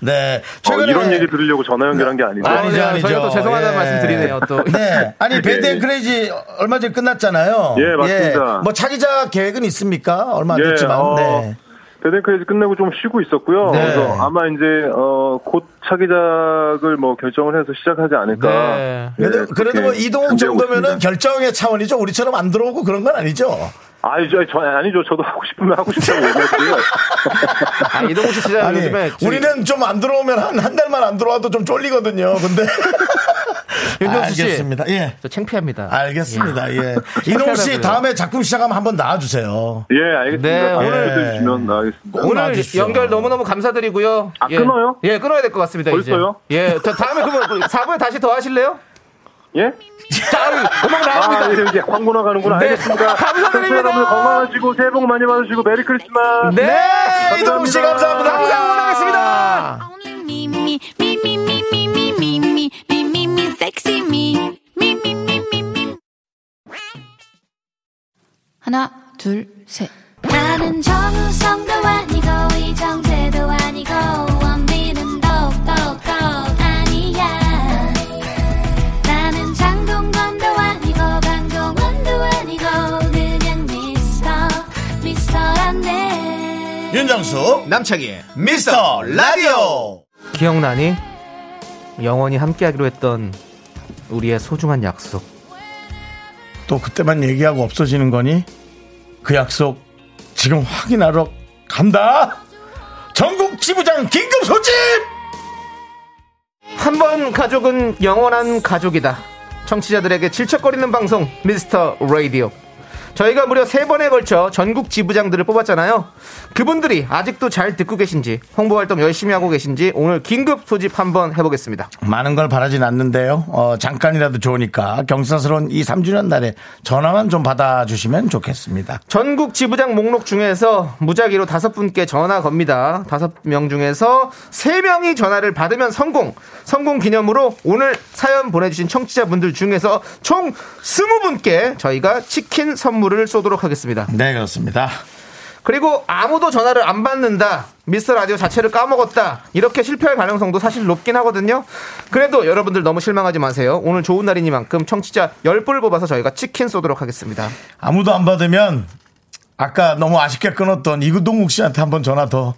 네.
어, 이런 얘기 들으려고 전화 연결한 게 아니죠.
아니죠, 아니죠. 예.
저희가 또 죄송하다는 말씀 드리네요, 또.
네. 아니,
예,
배드 앤
예.
크레이지 얼마 전에 끝났잖아요.
예, 맞습니다. 예, 어.
뭐 차기작 계획은 있습니까? 얼마 안 됐지만. 네.
배드크레이지 끝내고 좀 쉬고 있었고요.
네.
그래서 아마 이제 어, 곧 차기작을 뭐 결정을 해서 시작하지 않을까.
네. 그래도,
예,
그래도 뭐
그렇게
이동욱
준비하고
정도면은
있습니다.
결정의 차원이죠. 우리처럼 안 들어오고 그런 건 아니죠.
아니죠, 저 아니죠. 저도 하고 싶으면 하고 싶다고 얘기했고요.
아, 이동욱 씨 진짜
아니,
요즘에
우리는 좀 안 들어오면 한, 한 달만 안 들어와도 좀 쫄리거든요. 근데.
윤정수 씨.
알겠습니다. 예.
저 창피합니다.
알겠습니다. 예. 이동욱 씨
창피하다고요.
다음에 작품 시작하면 한번 나와주세요.
예, 알겠습니다.
네,
다음
오늘-
예, 주에 주면 나가겠습니다.
오늘
나와주십시오.
연결 너무너무 감사드리고요.
아, 끊어요?
예, 끊어야 될 것 같습니다.
벌써요?
이제. 예, 저 다음에 그러면 4부에 다시 더 하실래요?
예?
자, 음악
아,
나갑니다.
이제 광고 나가는구나.
네.
알겠습니다.
감사드립니다.
여러분 건강하시고 새해 복 많이 받으시고 메리 크리스마스.
네,
감사합니다.
이동욱 씨 감사합니다.
항상 응원하겠습니다.
Me, me, me, me, me, me, me, me, me, me, me, me, sexy me. Me, me, me, me, me.
하나, 둘, 셋.
나는 정우성도 아니고 이정재도 아니고 원빈은 더욱더 아니야 나는 장동건도 아니고 강동원도 아니고 그냥 미스터 미스터란데
윤정수, 남창희, 미스터 라디오.
기억나니? 영원히 함께하기로 했던 우리의 소중한 약속.
또 그때만 얘기하고 없어지는 거니? 그 약속 지금 확인하러 간다. 전국 지부장 긴급 소집.
한 번 가족은 영원한 가족이다. 청취자들에게 질척거리는 방송 미스터 라디오. 저희가 무려 세 번에 걸쳐 전국 지부장들을 뽑았잖아요. 그분들이 아직도 잘 듣고 계신지 홍보 활동 열심히 하고 계신지 오늘 긴급 소집 한번 해보겠습니다.
많은 걸 바라진 않는데요. 어, 잠깐이라도 좋으니까 경사스러운 이 3주년 날에 전화만 좀 받아주시면 좋겠습니다.
전국 지부장 목록 중에서 무작위로 다섯 분께 전화 겁니다. 다섯 명 중에서 세 명이 전화를 받으면 성공. 성공 기념으로 오늘 사연 보내주신 청취자분들 중에서 총 스무 분께 저희가 치킨 선물을 쏘도록 하겠습니다.
네, 그렇습니다.
그리고 아무도 전화를 안 받는다. 미스터 라디오 자체를 까먹었다. 이렇게 실패할 가능성도 사실 높긴 하거든요. 그래도 여러분들 너무 실망하지 마세요. 오늘 좋은 날이니만큼 청취자 10분을 뽑아서 저희가 치킨 쏘도록 하겠습니다.
아무도 안 받으면 아까 너무 아쉽게 끊었던 이구동욱 씨한테 한번 전화 더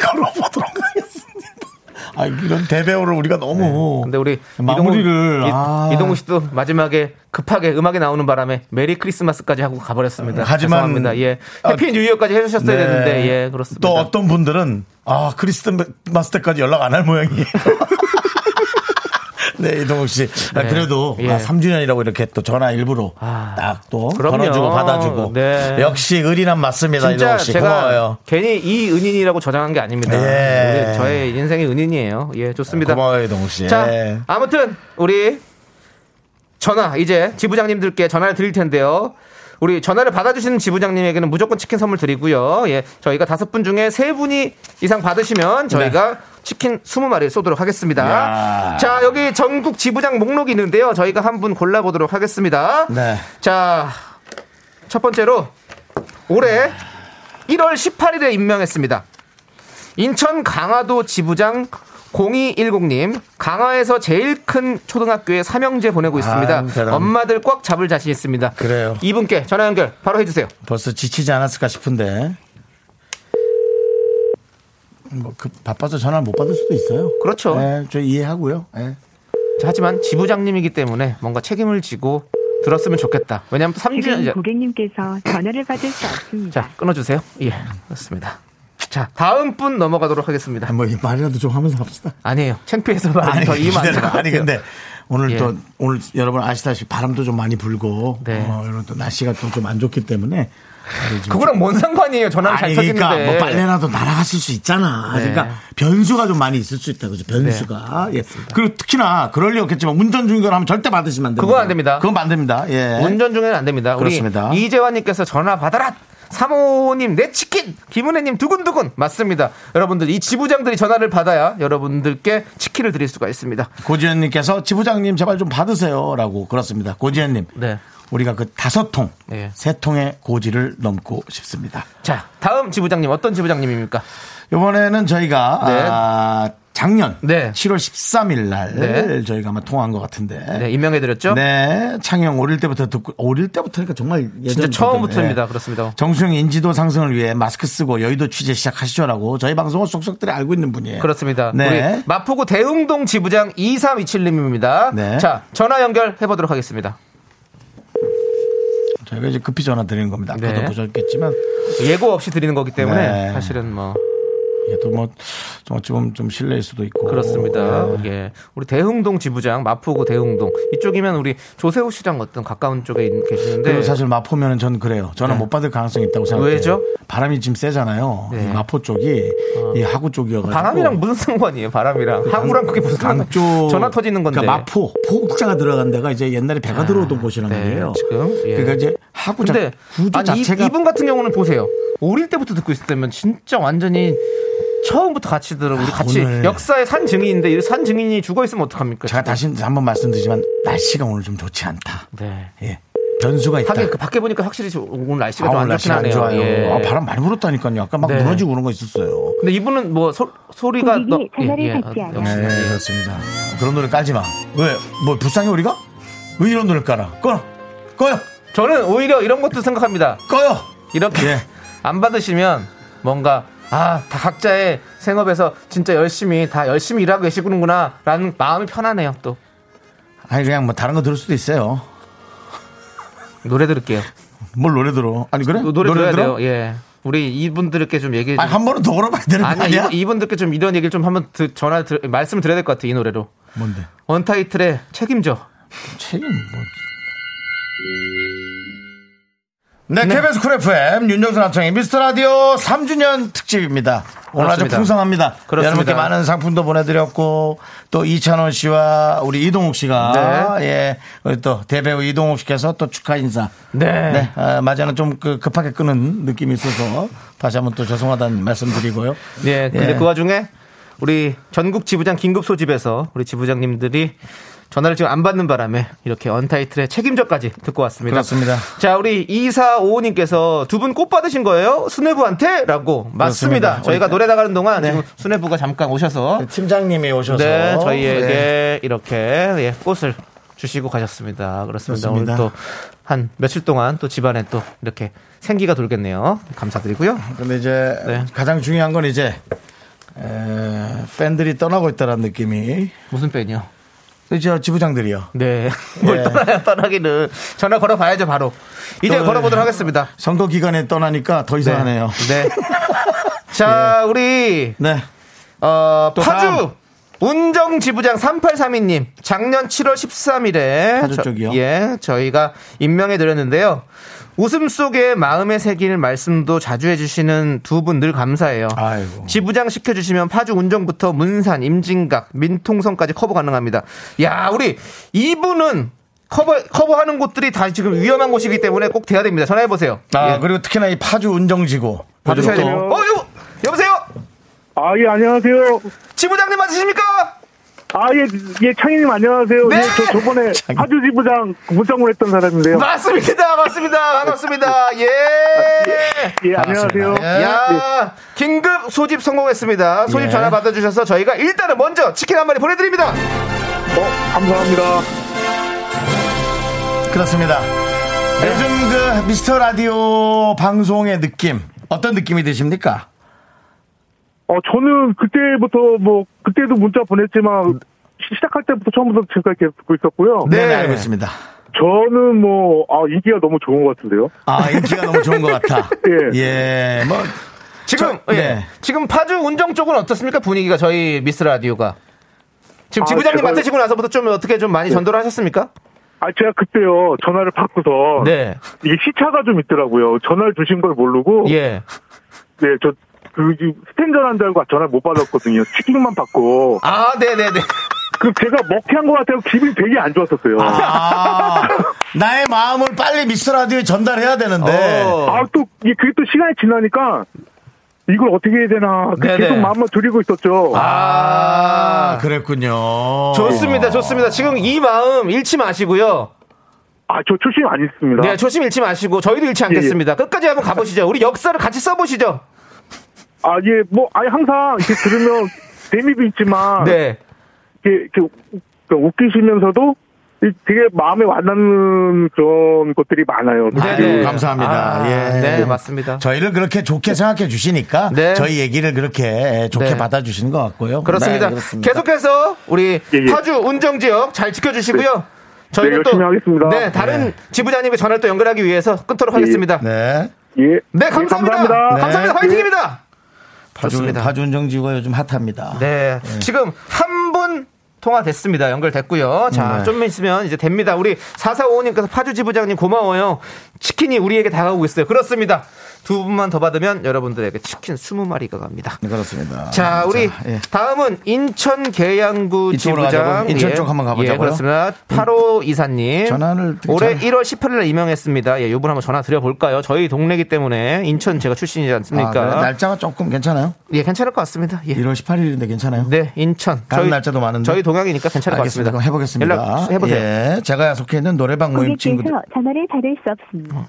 걸어보도록 하겠습니다.
아, 이런 대배우를 우리가
네,
너무
근데 우리
마무리를,
이동우, 이-
아.
이동우 씨도 마지막에 급하게 음악이 나오는 바람에 메리 크리스마스까지 하고 가버렸습니다.
하지만-
죄송합니다. 예
아,
해피 뉴이어까지 해주셨어야
네.
되는데 예 그렇습니다.
또 어떤 분들은 아 크리스마스 때까지 연락 안 할 모양이에요. 네, 이동욱 씨. 아,
네.
그래도
예. 아,
아, 3주년이라고 이렇게 또 전화 일부로 딱 또 걸어주고 받아주고.
네.
역시 의리란 맞습니다,
진짜
네, 이동욱 씨.
제가
고마워요.
괜히 이 은인이라고 저장한 게 아닙니다.
예.
우리 저의 인생의 은인이에요. 예, 좋습니다.
고마워요, 이동욱 씨.
자,
예.
아무튼 우리 전화 이제 지부장님들께 전화를 드릴 텐데요. 우리 전화를 받아주시는 지부장님에게는 무조건 치킨 선물 드리고요. 예, 저희가 다섯 분 중에 세 분이 이상 받으시면 저희가 치킨 20마리를 쏘도록 하겠습니다.
네. 야.
자, 여기 전국 지부장 목록이 있는데요. 저희가 한 분 골라보도록 하겠습니다.
네.
자, 첫 번째로 올해 1월 18일에 임명했습니다. 인천 강화도 지부장 0210님, 강화에서 제일 큰 초등학교에 삼형제 보내고 있습니다.
아유, 대단합니다.
엄마들 꽉 잡을 자신 있습니다.
그래요.
이분께 전화 연결 바로 해주세요.
벌써 지치지 않았을까 싶은데. 뭐, 그, 바빠서 전화를 못 받을 수도 있어요.
그렇죠.
네, 저 이해하고요. 예.
자, 하지만 지부장님이기 때문에 뭔가 책임을 지고 들었으면 좋겠다. 왜냐하면 3주년
고객님께서 전화를 받을 수 없습니다.
자 끊어주세요. 예, 그렇습니다. 자 다음 분 넘어가도록 하겠습니다.
뭐 이 말이라도 좀 하면서 합시다.
아니에요. 창피해서 말이 더 이만
기다려봐. 아니 근데 오늘
예.
또 오늘 여러분 아시다시피 바람도 좀 많이 불고
네.
어, 이런 또 날씨가 또 좀 안 좋기 때문에
그거랑 뭔 상관이에요? 전화는 잘
아니 그러니까
터지는데.
뭐 빨래라도 날아갔을 수 있잖아.
네.
그러니까 변수가 좀 많이 있을 수 있다 그죠? 변수가 예. 그리고 특히나 그럴 리 없겠지만 운전 중인 거라면 절대 받으시면 안 됩니다.
그건 안 됩니다.
그건 안 됩니다. 예.
운전 중에는 안 됩니다.
그렇습니다.
우리 이재환님께서 전화 받아라. 3호님 내 치킨 김은혜님 두근두근 맞습니다 여러분들 이 지부장들이 전화를 받아야 여러분들께 치킨을 드릴 수가 있습니다
고지현님께서 지부장님 제발 좀 받으세요라고 그렇습니다. 고지현님.
네.
우리가 그 다섯 통,
예.
세 통의 고지를 넘고 싶습니다.
자 다음 지부장님 어떤 지부장님입니까
이번에는 저희가
네.
아, 작년 7월 13일 날
네.
저희가 아마 통화한 것 같은데.
네 임명해드렸죠
네, 창영 어릴 때부터 듣고 어릴 때부터니까 네. 정말
진짜
예전
처음부터입니다 그렇습니다
정수영 인지도 상승을 위해 마스크 쓰고 여의도 취재 시작하시죠라고 저희 방송을 속속들이 알고 있는 분이에요.
그렇습니다.
네.
우리 마포구 대흥동 지부장 2327님입니다.
네.
자, 전화 연결해 보도록 하겠습니다.
저희가 이제 급히 전화 드리는 겁니다. 아까도
네.
보셨겠지만
예고 없이 드리는 거기 때문에
네.
사실은 뭐
이게 또뭐좀 어찌 보면 좀 실례일 수도 있고
그렇습니다.
네.
예. 우리 대흥동 지부장 마포구 대흥동 이쪽이면 우리 조세호 씨랑 어떤 가까운 쪽에 있-
그리고
계시는데
사실 마포면은 전 그래요. 저는
네.
못 받을 가능성이 있다고 생각해요.
왜죠? 네.
바람이 지금 세잖아요. 이 마포 쪽이 이 하구 쪽이어가지고
아. 바람이랑 무슨 상관이에요? 바람이랑 항우랑 그게 무슨 상관?
강쪽
전화 터지는 건데. 아,
그러니까 마포 포국자가 들어간 데가 이제 옛날에 배가 들어오던 곳이란 말이에요.
네, 지금 예.
그러니까 이제 하구 자,
근데
구조
아니, 이-
자체가
이분 같은 경우는 보세요. 어릴 때부터 듣고 있을 때면 진짜 완전히 처음부터 같이 들어 우리 같이
아, 오늘-
역사의 산 증인인데 이 산 증인이 죽어 있으면 어떡합니까?
제가 다시 한번 말씀드리지만 날씨가 오늘 좀 좋지 않다.
네.
예. 변수가 있다.
하긴 그 밖에 보니까 확실히 저- 오늘 날씨가
아,
좀
오늘
안 좋긴
날씨가 안
하네요.
좋아요.
예.
아, 바람 많이 불었다니까요. 아까 막
네.
무너지고 그런 거 있었어요.
근데 이분은 뭐 소, 소리가 너,
전화를 받지
아,
네,
역시.
그렇습니다. 그런 노래 깔지 마. 왜? 뭐 불쌍해 우리가? 왜 이런 노래 깔아? 꺼, 꺼요.
저는 오히려 이런 것도 생각합니다.
꺼요.
이렇게 안 받으시면 뭔가 아, 다 각자의 생업에서 진짜 열심히 다 열심히 일하고 계시구나라는 마음이 편하네요, 또.
아니 그냥 뭐 다른 거 들을 수도 있어요.
노래 들을게요.
뭘 노래 들어? 아니 그래?
노- 노래, 들어야 돼요. 예. 우리 이분들께 좀 얘기.
아니, 한 번은 더 걸어봐야 되는 거
아니,
아니야?
이분- 이분들께 좀 이런 얘기를 좀 한번 드- 전화 드- 말씀을 드려야 될 것 같아 이 노래로.
뭔데?
원타이틀의 책임져.
책임 뭐. 네, KBS 쿨 FM 윤정수 남창의 미스터 라디오 3주년 특집입니다. 오늘 아주
그렇습니다.
풍성합니다.
그렇습니다.
여러분께 많은 상품도 보내드렸고 또 이찬원 씨와 우리 이동욱 씨가 예 우리 또 대배우 이동욱 씨께서 또 축하 인사.
네.
아, 맞아는 좀그 급하게 끄는 느낌이 있어서 다시 한번 또 죄송하다는 말씀드리고요.
예. 근데
예.
그 와중에 우리 전국 지부장 긴급 소집에서 우리 지부장님들이 전화를 지금 안 받는 바람에 이렇게 언타이틀의 책임져까지 듣고 왔습니다.
그렇습니다.
자, 우리 2455님께서 두 분 꽃 받으신 거예요? 수뇌부한테? 라고. 맞습니다.
그렇습니다. 네.
저희가
우리-
노래 나가는 동안 지금 수뇌부가 잠깐 오셔서
팀장님이 오셔서
네, 저희에게
그렇죠. 네.
이렇게 예, 꽃을 주시고 가셨습니다. 그렇습니다.
그렇습니다.
오늘 또 한 며칠 동안 또 집안에 또 이렇게 생기가 돌겠네요. 감사드리고요.
근데 이제 가장 중요한 건 이제 에, 팬들이 떠나고 있다라는 느낌이.
무슨 팬이요?
저 지부장들이요.
네. 뭘 떠나야 떠나기는 전화 걸어봐야죠 바로. 이제 걸어보도록 하겠습니다.
선거 기간에 떠나니까 더 네. 이상하네요.
네. 자, 우리
네.
어,
또
파주
다음.
운정 지부장 3832님 작년 7월 13일에
파주 쪽이요?
예, 저희가 임명해 드렸는데요. 웃음 속에 마음의 새길 말씀도 자주 해주시는 두 분 늘 감사해요. 지부장 시켜주시면 파주 운정부터 문산, 임진각, 민통성까지 커버 가능합니다. 야, 우리 이분은 커버 커버하는 곳들이 다 지금 위험한 곳이기 때문에 꼭 돼야 됩니다. 전화해 보세요.
아, 그리고 특히나 이 파주 운정지구.
받으셔야
요즘
돼요. 어, 여보, 여보세요?
아, 예, 안녕하세요.
지부장님 맞으십니까?
아, 예, 예, 창희님 안녕하세요.
네!
예, 저 저번에 파주지부장 문정을 했던 사람인데요.
맞습니다, 맞습니다, 반갑습니다. 예.
예, 안녕하세요.
반갑습니다. 야, 긴급 소집 성공했습니다. 소집
예.
전화 받아주셔서 저희가 일단은 먼저 치킨 한 마리 보내드립니다.
네, 어, 감사합니다.
그렇습니다. 그 미스터 라디오 방송의 느낌 어떤 느낌이 드십니까?
어, 저는 그때부터 뭐, 그때도 문자
음.
보냈지만, 시- 시작할 때부터 처음부터 지금까지 계속 듣고 있었고요.
네, 네, 알고 있습니다.
저는 뭐, 아, 인기가 너무 좋은 것 같은데요.
아, 인기가 너무 좋은 것 같아. 예. 뭐.
지금, 예. 지금 파주 운정 쪽은 어떻습니까? 분위기가 저희 미스 라디오가. 지금
아,
지부장님
제가-
맡으시고 나서부터 좀 어떻게 좀 많이 전도를 하셨습니까?
아, 제가 그때요, 전화를 받고서.
네.
이게 시차가 좀 있더라고요. 전화를 주신 걸 모르고.
예.
네, 저, 그, 이 스탠전한 줄 알고 전화 못 받았거든요. 치킨만 받고.
아, 네네네.
그 제가 먹튀한 것 같아서 기분이 되게 안 좋았었어요.
아, 나의 마음을 빨리 미스터 라디오에 전달해야
네.
되는데.
어.
아, 또, 이게 그게 또 시간이 지나니까 이걸 어떻게 해야 되나. 그
네네.
계속 마음만 졸이고 있었죠.
아,
그랬군요.
좋습니다, 좋습니다. 지금 이 마음 잃지 마시고요.
아, 저 초심 안 있습니다. 예,
네, 조심 잃지 마시고 저희도 잃지 않겠습니다. 끝까지 한번 가보시죠. 우리 역사를 같이 써보시죠.
아, 예, 뭐, 아니, 항상 이렇게 들으면 재미도 있지만.
네.
아, 이렇게, 이렇게 웃- 그러니까 웃기시면서도 이- 되게 마음에 와닿는 그런 것들이 많아요.
아유, 감사합니다. 예.
네, 맞습니다.
저희를 그렇게 좋게 생각해 주시니까 저희 얘기를 그렇게 좋게
네.
받아 주시는 것 같고요.
그렇습니다.
네, 그렇습니다.
계속해서 우리
예, 예.
파주 운정 지역 잘 지켜주시고요.
네,
저희는 또
열심히 하겠습니다.
네, 다른
네.
지부장님의 전화를 또 연결하기 위해서 끊도록 하겠습니다.
네.
예.
네, 감사합니다.
감사합니다.
감사합니다.
네.
화이팅입니다.
파주, 파주 운정지구가 요즘 핫합니다.
네. 지금 한 분 통화 됐습니다. 연결됐고요. 자,
네.
좀 있으면 이제 됩니다. 우리 4455님께서 파주 지부장님 고마워요. 치킨이 우리에게 다가오고 있어요. 그렇습니다. 두 분만 더 받으면 여러분들에게 치킨 20마리가 갑니다.
네, 그렇습니다.
자, 우리
예.
다음은 인천 계양구
이쪽으로
지부장
가자고? 인천
예.
쪽 한번 가보자고요?
예, 그렇습니다. 8호 이사님.
전화를 되게
올해
잘-
1월 18일 에 임명했습니다. 예, 요분 한번 전화 드려 볼까요? 저희 동네기 때문에 인천 제가 출신이지 않습니까?
아, 그래? 날짜가 조금 괜찮아요?
예, 괜찮을 것 같습니다. 예.
1월 18일인데 괜찮아요?
네, 인천.
다른 날짜도 많은데.
저희 동양이니까 괜찮을 것 같습니다.
알겠습니다. 그럼 해보겠습니다.
연락 해보세요.
예, 제가 속해 있는 노래방 모임 친구들. 어.
전화를 받을 수 없습니다.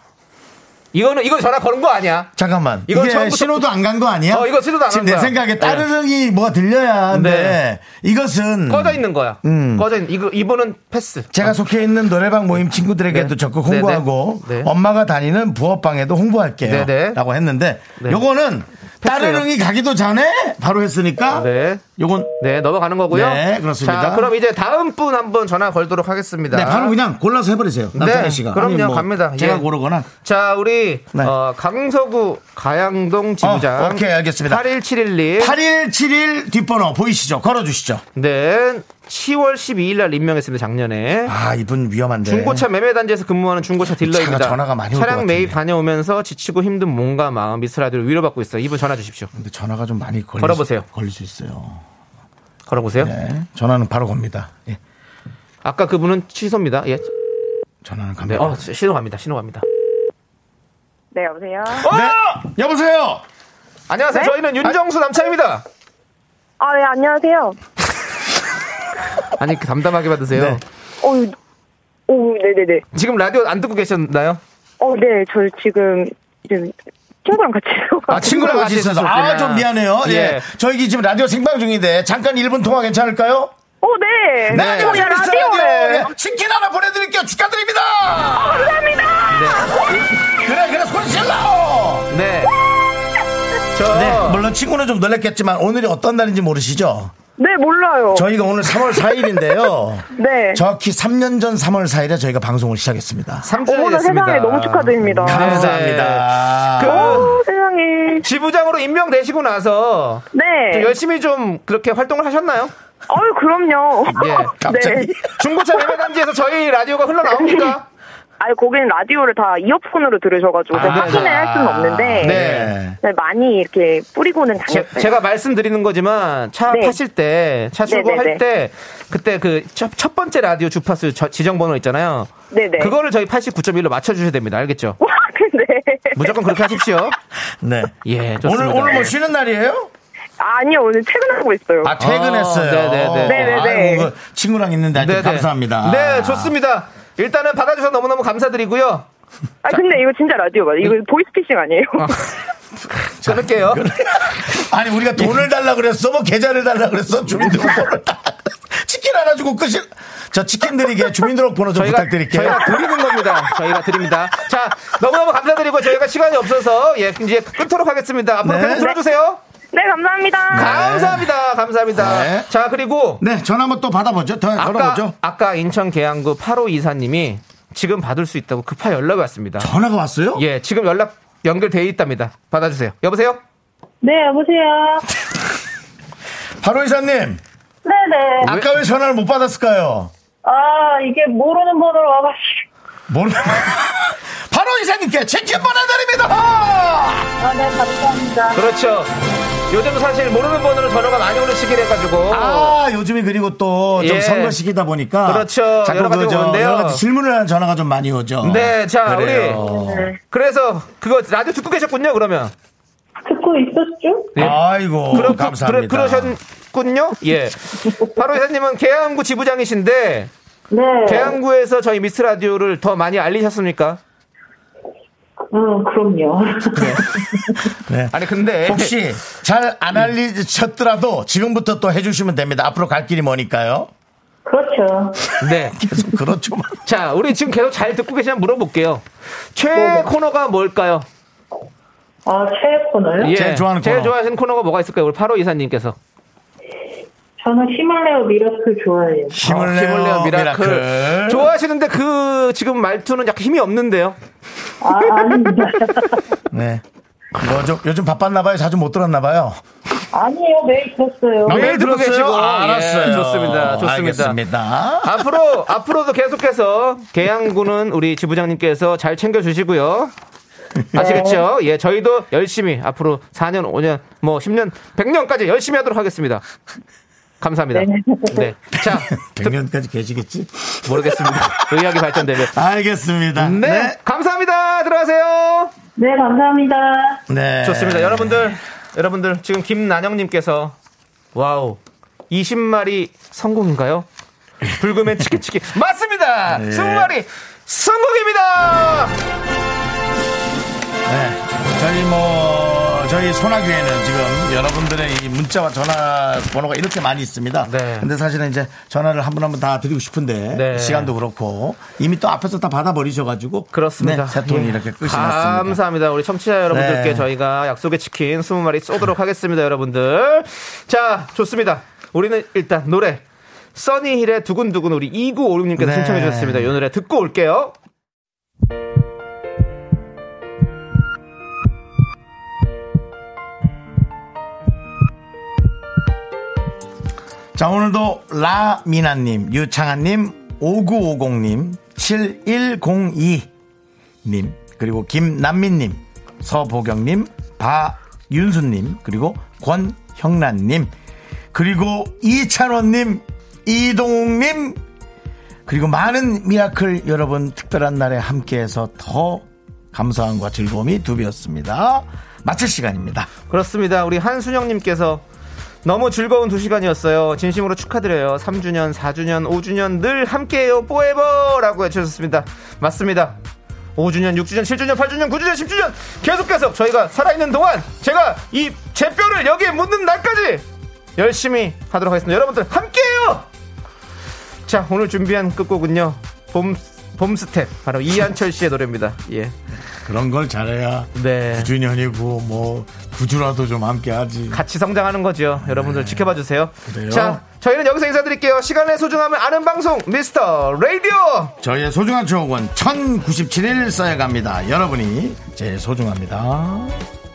이거는 이거 전화 거는 거 아니야?
잠깐만.
이건
이게
처음부터-
신호도 안 간 거 아니야?
어, 이거 신호도 안간 예.
지금
거야.
내 생각에 따르릉이 뭐가 들려야 하는데 이것은
꺼져 있는 거야.
음.
꺼져 있는 이거 이번은 패스.
제가 속해 있는 노래방 모임 친구들에게도 적극
네, 네.
홍보하고
네.
엄마가 다니는 부업방에도 홍보할게요.
네, 네.
라고 했는데
네.
요거는
패스예요.
따르릉이 가기도 전에 바로 했으니까
네.
요건
네, 넘어가는 거고요.
네, 그렇습니다.
자, 그럼 이제 다음 분 한번 전화 걸도록 하겠습니다.
네, 바로 그냥 골라서 해버리세요. 남창희
네,
씨가.
그럼요,
아니, 뭐
갑니다.
제가
예.
고르거나.
자, 우리
네.
어, 강서구 가양동 지부장.
어, 오케이, 알겠습니다.
8171님.
8171 뒷번호 보이시죠? 걸어주시죠.
네. 10월 12일 날 임명했습니다, 작년에.
아, 이분 위험한데.
중고차 매매 단지에서 근무하는 중고차 딜러입니다.
차가 전화가 많이 올것
차량 매입 다녀오면서 지치고 힘든 몸과 마음 미스라디오 위로받고 있어요. 이분 전화 주십시오.
근데 전화가 좀 많이 걸리
걸어보세요.
걸릴 수 있어요.
걸어보세요.
네. 전화는 바로 겁니다. 예.
아까 그분은 취소입니다. 예.
전화는
네.
갑니다.
어, 신호 갑니다. 신호 갑니다.
네, 여보세요?
네. 여보세요.
안녕하세요.
네?
저희는 윤정수 남창입니다.
아, 네, 안녕하세요.
아니, 그 담담하게 받으세요.
어우, 오, 네네네.
지금 라디오 안 듣고 계셨나요?
어, 네, 저 지금, 지금, 친구랑 같이.
아, 친구랑 같이 있어서. 아, 좀 미안해요. 예.
예.
저희 지금 라디오 생방 중인데 잠깐 1분 통화 괜찮을까요?
오, 네.
네, 안녕하세요.
네,
미스터
라디오를.
라디오. 예. 치킨 하나 보내드릴게요. 축하드립니다. 감사합니다. 그래, 그래, 소리 질러!
네.
네, 물론 친구는 좀 놀랬겠지만 오늘이 어떤 날인지 모르시죠?
네, 몰라요.
저희가 오늘 3월 4일인데요.
네.
정확히 3년 전 3월 4일에 저희가 방송을 시작했습니다.
어머나 세상에 너무 축하드립니다.
네.
감사합니다.
오, 세상에.
그 지부장으로 임명되시고 나서
네.
좀 열심히 좀 그렇게 활동을 하셨나요?
어유 그럼요.
예.
네.
중고차 매매 단지에서 저희 라디오가 흘러나옵니까?
아니, 거기는 라디오를 다 이어폰으로 들으셔가지고 제가 확인을 할 수는 없는데
아. 네.
네, 많이 이렇게 뿌리고는 다녔어요.
제, 가 말씀드리는 거지만 차
네.
타실 때 차
네, 네, 네.
출고할 때 그때 그 첫 번째 라디오 주파수 저- 지정번호 있잖아요.
네네.
그거를 저희 89.1로 맞춰주셔야 됩니다. 알겠죠?
와, 근데
무조건 그렇게 하십시오.
네.
예.
오늘
좋습니다.
오늘 뭐 쉬는 날이에요?
아니요 오늘 퇴근하고 있어요.
아 퇴근했어요.
네네네.
네네네.
아이고, 그 친구랑 있는데 하여튼
네네.
감사합니다.
네, 좋습니다. 일단은 받아주셔서 너무너무 감사드리고요.
아 근데 이거 진짜 라디오 맞아. 이거 보이스피싱 아니에요?
끊을게요.
아니 우리가
예.
돈을 달라 그랬어, 뭐 계좌를 달라 그랬어, 주민등록번호를 달라 그랬어. 치킨 하나 주고 끝이. 저 치킨 드리게 주민등록번호 좀 부탁드릴게요.
저희가 드리는 겁니다. 저희가 드립니다. 자, 너무너무 감사드리고 저희가 시간이 없어서 예, 이제 끊도록 하겠습니다. 앞으로
네.
계속 들어주세요.
네 감사합니다.
감사합니다. 감사합니다.
네.
자, 그리고
네, 전화 한번 또 받아보죠. 더 걸어보죠.
아까, 아까 인천 계양구 8호 이사님이 지금 받을 수 있다고 급하게 연락이 왔습니다.
전화가 왔어요?
예, 지금 연락 연결돼 있답니다. 받아주세요. 여보세요?
네, 여보세요.
바로 이사님,
네네.
아까 왜 전화를 못 받았을까요?
아, 이게 모르는 번호로 와가지고.
뭘? 바로 이사님께 치킨 보내드립니다.
아, 네, 감사합니다.
그렇죠. 요즘 사실 모르는 번호로 전화가 많이 오르시긴 해가지고.
아, 요즘에 그리고 또 좀
예.
선거 시기다 보니까
그렇죠.
자꾸
여러 가지
그 저-
오는데요.
여러 가지 질문을 하는 전화가 좀 많이 오죠. 어.
네, 자,
그래요.
네.
그래서 그거 라디오 듣고 계셨군요, 그러면.
듣고 있었죠?
네.
아이고,
그러,
감사합니다.
그러, 그러셨군요? 예. 바로 이사님은 계양구 지부장이신데,
네.
계양구에서 저희 미스 라디오를 더 많이 알리셨습니까?
음, 그럼요.
네.
아니, 근데.
혹시 잘 안 알리셨더라도 지금부터 또 해주시면 됩니다. 앞으로 갈 길이 머니까요.
그렇죠.
네.
계속 그렇죠.
자, 우리 지금 계속 잘 듣고 계시면 물어볼게요. 최애 코너가 뭘까요? 예.
아, 최애 코너요?
제일 좋아하는
제일
코너.
좋아하시는 코너가 뭐가 있을까요? 우리 8호 이사님께서.
저는 히말레오 미라클 좋아해요.
힘을
어,
내요, 미라클.
좋아하시는데 그 지금 말투는 약간 힘이 없는데요.
아, 아닙니다.
네. 뭐 좀, 요즘 바빴나 봐요. 자주 못 들었나 봐요.
아니에요, 매일 들었어요.
아,
매일
매일
들고
들었어요?
계시고. 예,
아, 알았어요.
좋습니다. 좋습니다.
알겠습니다.
앞으로 앞으로도 계속해서 계양구는 우리 지부장님께서 잘 챙겨 주시고요. 아시겠죠? 예, 저희도 열심히 앞으로 4년, 5년, 뭐 10년, 100년까지 열심히 하도록 하겠습니다. 감사합니다. 네. 자,
100년까지 계시겠지?
모르겠습니다. 의학이 발전되면.
알겠습니다.
네.
네.
감사합니다. 들어가세요.
네, 감사합니다.
네.
좋습니다. 여러분들, 여러분들, 지금 김난영님께서, 와우, 20마리 성공인가요? 불금엔 치키치키. 맞습니다!
예.
20마리 성공입니다!
네. 저희 뭐 저희 소나기에는 지금 여러분들의 이 문자와 전화 번호가 이렇게 많이 있습니다.
네.
근데 사실은 이제 전화를 한 분 한 분 다 드리고 싶은데
네.
시간도 그렇고 이미 또 앞에서 다 받아버리셔가지고
그렇습니다.
네, 세통이
예.
이렇게 끝이 났습니다.
감사합니다. 우리 청취자 여러분들께
네.
저희가 약속의 치킨 20마리 쏘도록 하겠습니다, 여러분들. 자, 좋습니다. 우리는 일단 노래. 써니힐의 두근두근 우리 2956님께서
네.
신청해 주셨습니다. 이 노래 듣고 올게요.
자 오늘도 라미나님, 유창한님, 5950님, 7102님 그리고 김남민님, 서보경님, 박윤수님 그리고 권형란님 그리고 이찬원님, 이동욱님 그리고 많은 미라클 여러분 특별한 날에 함께해서 더 감사함과 즐거움이 두 배였습니다. 마칠 시간입니다.
그렇습니다. 우리 한순영님께서 너무 즐거운 두 시간이었어요. 진심으로 축하드려요. 3주년, 4주년, 5주년 늘 함께해요. 포에버라고 해주셨습니다. 맞습니다. 5주년, 6주년, 7주년, 8주년, 9주년, 10주년 계속 계속 저희가 살아있는 동안 제가 이 제 뼈를 여기에 묻는 날까지 열심히 하도록 하겠습니다. 여러분들 함께해요. 자 오늘 준비한 끝곡은요. 봄 봄스텝 바로 이한철 씨의 노래입니다. 예.
그런 걸 잘해야 구준현이고 뭐 구주라도 좀 함께하지.
같이 성장하는 거죠. 여러분들 지켜봐 주세요.
음. 네. 그래요.
자, 저희는 여기서 인사드릴게요. 시간의 소중함을 아는 방송 미스터 라디오.
저희의 소중한 추억은 1097일 쌓여갑니다. 여러분이 제일 소중합니다.